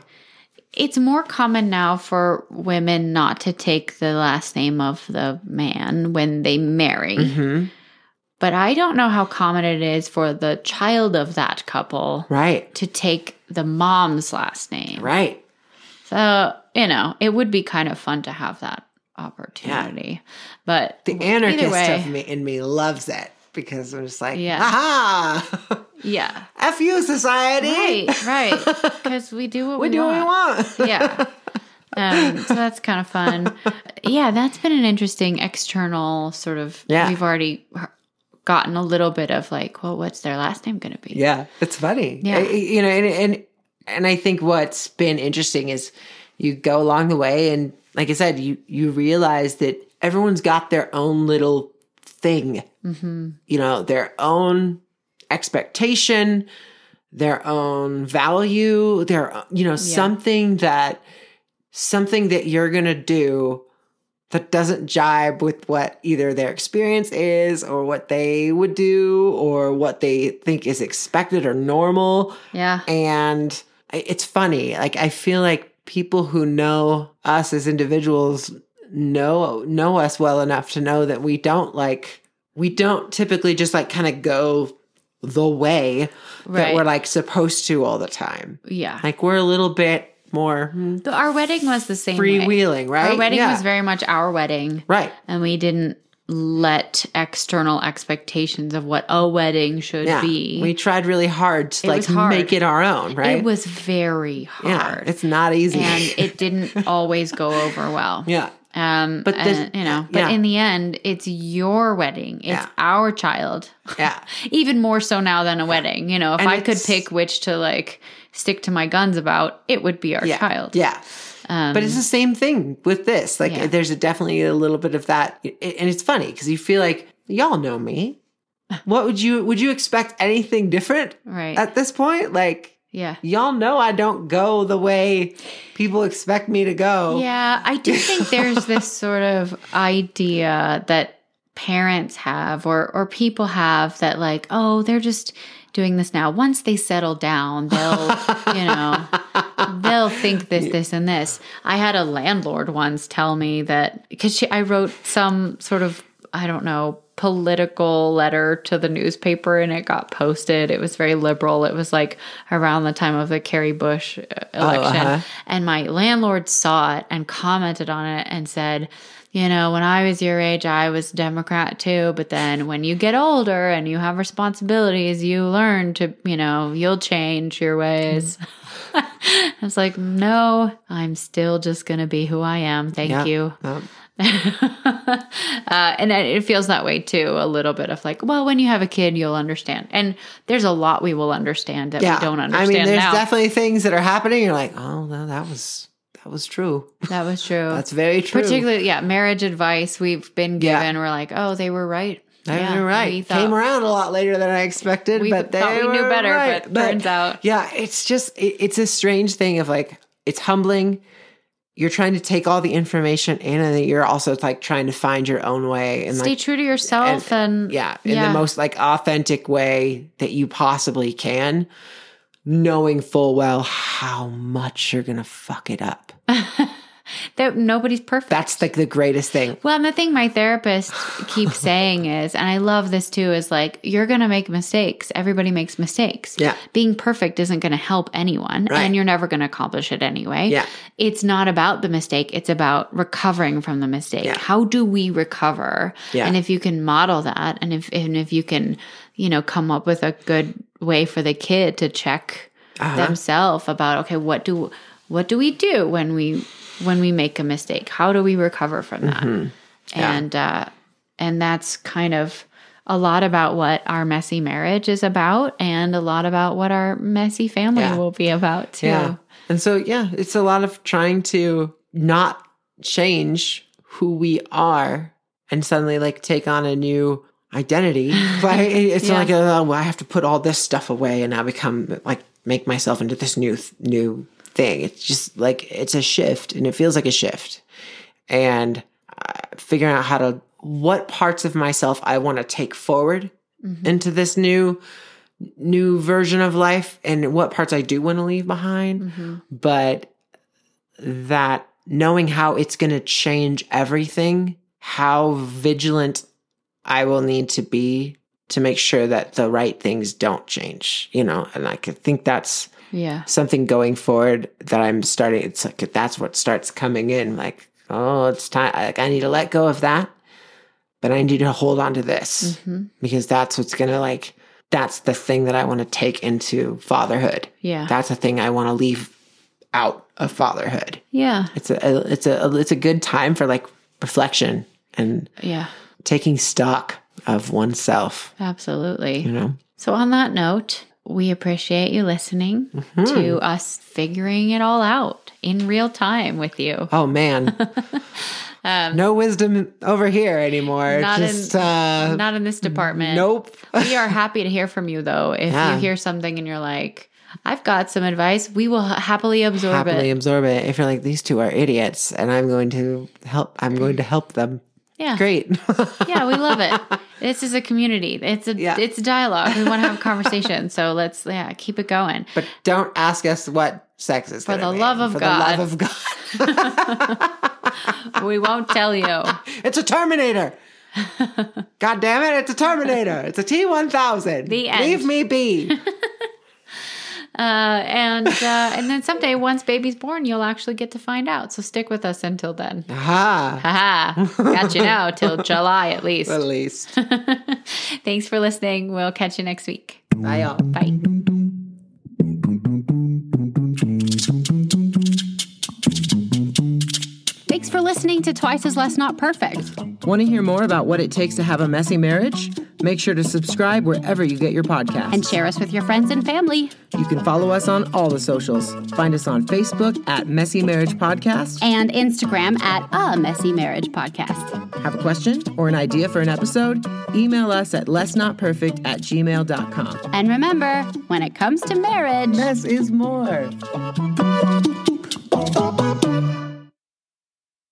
S3: it's more common now for women not to take the last name of the man when they marry.
S1: hmm
S3: But I don't know how common it is for the child of that couple
S1: Right.
S3: to take the mom's last name.
S1: Right.
S3: So, you know, it would be kind of fun to have that opportunity. But
S1: The anarchist
S3: way.
S1: of me in me loves it because I'm just like,
S3: Yeah.
S1: aha,
S3: yeah.
S1: *laughs* f you society.
S3: Right, right. Because we do what
S1: We
S3: we,
S1: do *laughs* what we
S3: want.
S1: want. *laughs*
S3: yeah. Um, so that's kind of fun. Yeah, that's been an interesting external sort of.
S1: Yeah.
S3: We've already he- gotten a little bit of like, well, what's their last name going to be?
S1: Yeah, it's funny.
S3: Yeah.
S1: I- I- you know, and and and I think what's been interesting is you go along the way, and like I said, you you realize that everyone's got their own little thing.
S3: hmm
S1: You know, their own expectation, their own value, their you know something that something that you're gonna do that doesn't jibe with what either their experience is or what they would do or what they think is expected or normal
S3: Yeah.
S1: and I- it's funny like i feel like people who know us as individuals know know us well enough to know that we don't like we don't typically just like kind of go the way that
S3: Right.
S1: we're like supposed to all the time
S3: yeah.
S1: like we're a little bit more hmm,
S3: The- our wedding was the Mm-hmm. same. way.
S1: freewheeling right
S3: Our wedding
S1: Yeah.
S3: was very much our wedding,
S1: right
S3: and we didn't let external expectations of what a wedding should
S1: yeah
S3: be.
S1: we tried really hard to
S3: It
S1: like
S3: was hard.
S1: make it our own right
S3: It was very
S1: yeah
S3: hard,
S1: it's not easy
S3: and it didn't always go over well.
S1: *laughs* yeah
S3: Um,
S1: But
S3: but
S1: this-
S3: you know, but
S1: yeah.
S3: in the end, it's your wedding. It's
S1: Yeah.
S3: our child.
S1: yeah
S3: Even more so now than a wedding. You know, if
S1: And
S3: I could
S1: it's-
S3: pick which to like stick to my guns about, it would be our
S1: yeah
S3: child.
S1: yeah
S3: Um,
S1: But it's the same thing with this. Like,
S3: Yeah.
S1: there's a, definitely a little bit of that, I- and it's funny because you feel like y'all know
S3: *laughs*
S1: me. What would you would you expect anything different
S3: right.
S1: at this point? Like,
S3: yeah.
S1: y'all know I don't go the way people expect me to go.
S3: Yeah, I
S1: *laughs*
S3: do think there's this sort of idea that parents have or or people have that like, oh, they're just doing this now. Once they settle down, they'll, you
S1: *laughs*
S3: know, *laughs* they'll think this this and this. I had a landlord once tell me that cuz she I wrote some sort of I don't know political letter to the newspaper and it got posted. It was very liberal. It was like around the time of the Kerry Bush uh, election.
S1: uh-huh.
S3: And my landlord saw it and commented on it and said, you know, when I was your age, I was Democrat too. But then when you get older and you have responsibilities, you learn to, you know, you'll change your ways. I was like, no, I'm still just going to be who I am. Thank
S1: Yeah.
S3: you.
S1: Um,
S3: *laughs* uh, and it it feels that way too, a little bit of like, well, when you have a kid, you'll understand. And there's a lot we will understand that
S1: yeah.
S3: we don't
S1: I
S3: understand
S1: mean, there's
S3: now.
S1: definitely things that are happening. You're like, oh no, that was that was true.
S3: *laughs* that was true.
S1: That's very true.
S3: Particularly, yeah, marriage advice we've been
S1: Yeah.
S3: given. We're like, oh, they were right.
S1: They
S3: yeah,
S1: were right.
S3: We
S1: Came
S3: thought-
S1: around a lot later than I expected,
S3: We
S1: but they
S3: thought we knew
S1: were
S3: better,
S1: right.
S3: but turns out-
S1: yeah, it's just it, it's a strange thing of like it's humbling. You're trying to take all the information in, and then you're also like trying to find your own way and
S3: Stay
S1: like
S3: true to yourself and,
S1: yeah, in
S3: yeah.
S1: the most like authentic way that you possibly can, knowing full well how much you're gonna fuck it up.
S3: that nobody's perfect.
S1: That's like the greatest thing.
S3: Well, and the thing my therapist
S1: *laughs*
S3: keeps saying is, and I love this too, is like, you're going to make mistakes. Everybody makes mistakes.
S1: Yeah.
S3: Being perfect isn't going to help anyone,
S1: Right.
S3: and you're never going to accomplish it anyway.
S1: Yeah.
S3: It's not about the mistake, it's about recovering from the mistake.
S1: Yeah.
S3: How do we recover?
S1: Yeah.
S3: And if you can model that, and if, and if you can, you know, come up with a good way for the kid to check
S1: Uh-huh.
S3: themselves about okay what do what do we do when we when we make a mistake how do we recover from that
S1: Mm-hmm.
S3: and uh and that's kind of a lot about what our messy marriage is about and a lot about what our messy family
S1: Yeah.
S3: will be about too
S1: Yeah. And so, yeah, it's a lot of trying to not change who we are and suddenly like take on a new identity. But I- it's
S3: Yeah.
S1: not like, oh, well, I have to put all this stuff away and now become like make myself into this new, th- new thing. It's just like, it's a shift and it feels like a shift. And uh, figuring out how to, what parts of myself I want to take forward into this new new version of life and what parts I do want to leave behind,
S3: Mm-hmm.
S1: but that knowing how it's going to change everything, how vigilant I will need to be to make sure that the right things don't change, you know, and I could think that's
S3: yeah
S1: something going forward that I'm starting. It's like that's what starts coming in. Like, oh, it's time. Like, I need to let go of that, but I need to hold on to this
S3: Mhm.
S1: because that's what's gonna like. That's the thing that I want to take into fatherhood.
S3: yeah
S1: That's a thing I want to leave out of fatherhood.
S3: yeah
S1: It's a it's a it's a good time for like reflection and
S3: yeah
S1: taking stock of oneself.
S3: absolutely
S1: You know,
S3: So, on that note, we appreciate you listening
S1: Mm-hmm.
S3: to us figuring it all out in real time with you. *laughs*
S1: Oh man. no wisdom over here anymore.
S3: Um, Not in-
S1: Just uh
S3: Not in this department.
S1: nope.
S3: we are happy to hear from you, though. If
S1: Yeah.
S3: you hear something and you're like, I've got some advice, we will happily absorb
S1: Happily
S3: it.
S1: absorb it. If you're like these two are idiots and I'm going to help I'm going to help
S3: *laughs*
S1: them.
S3: Yeah.
S1: Great. *laughs*
S3: yeah, we love it. This is a community. It's a
S1: Yeah.
S3: it's a dialogue. We want to have a conversation. so let's yeah, keep it going.
S1: but don't ask us what sex is.
S3: For
S1: gonna
S3: the
S1: be.
S3: love of
S1: For
S3: God.
S1: the love of God. *laughs*
S3: We won't tell you. Uh,
S1: it's a
S3: *laughs*
S1: Terminator. God damn it, it's a Terminator. It's a T one thousand.
S3: The end.
S1: Leave me
S3: *laughs*
S1: be.
S3: Uh, and uh, and then someday, once baby's born, you'll actually get to find out. So stick with us until then.
S1: Aha.
S3: Haha, got you now till July at least.
S1: At least.
S3: *laughs* Thanks for listening. We'll catch you next week.
S1: Bye all.
S3: Bye.
S2: Thanks for listening to Twice as Less Not Perfect.
S4: Want to hear more about what it takes to have a messy marriage? Make sure to subscribe wherever you get your podcasts.
S2: And share us with your friends and family.
S4: you can follow us on all the socials. Find us on Facebook at Messy Marriage Podcast.
S2: and Instagram at a messy marriage podcast.
S4: Have a question or an idea for an episode? Email us at lessnotperfect at gmail.com.
S2: And remember, when it comes to marriage,
S4: Less is more.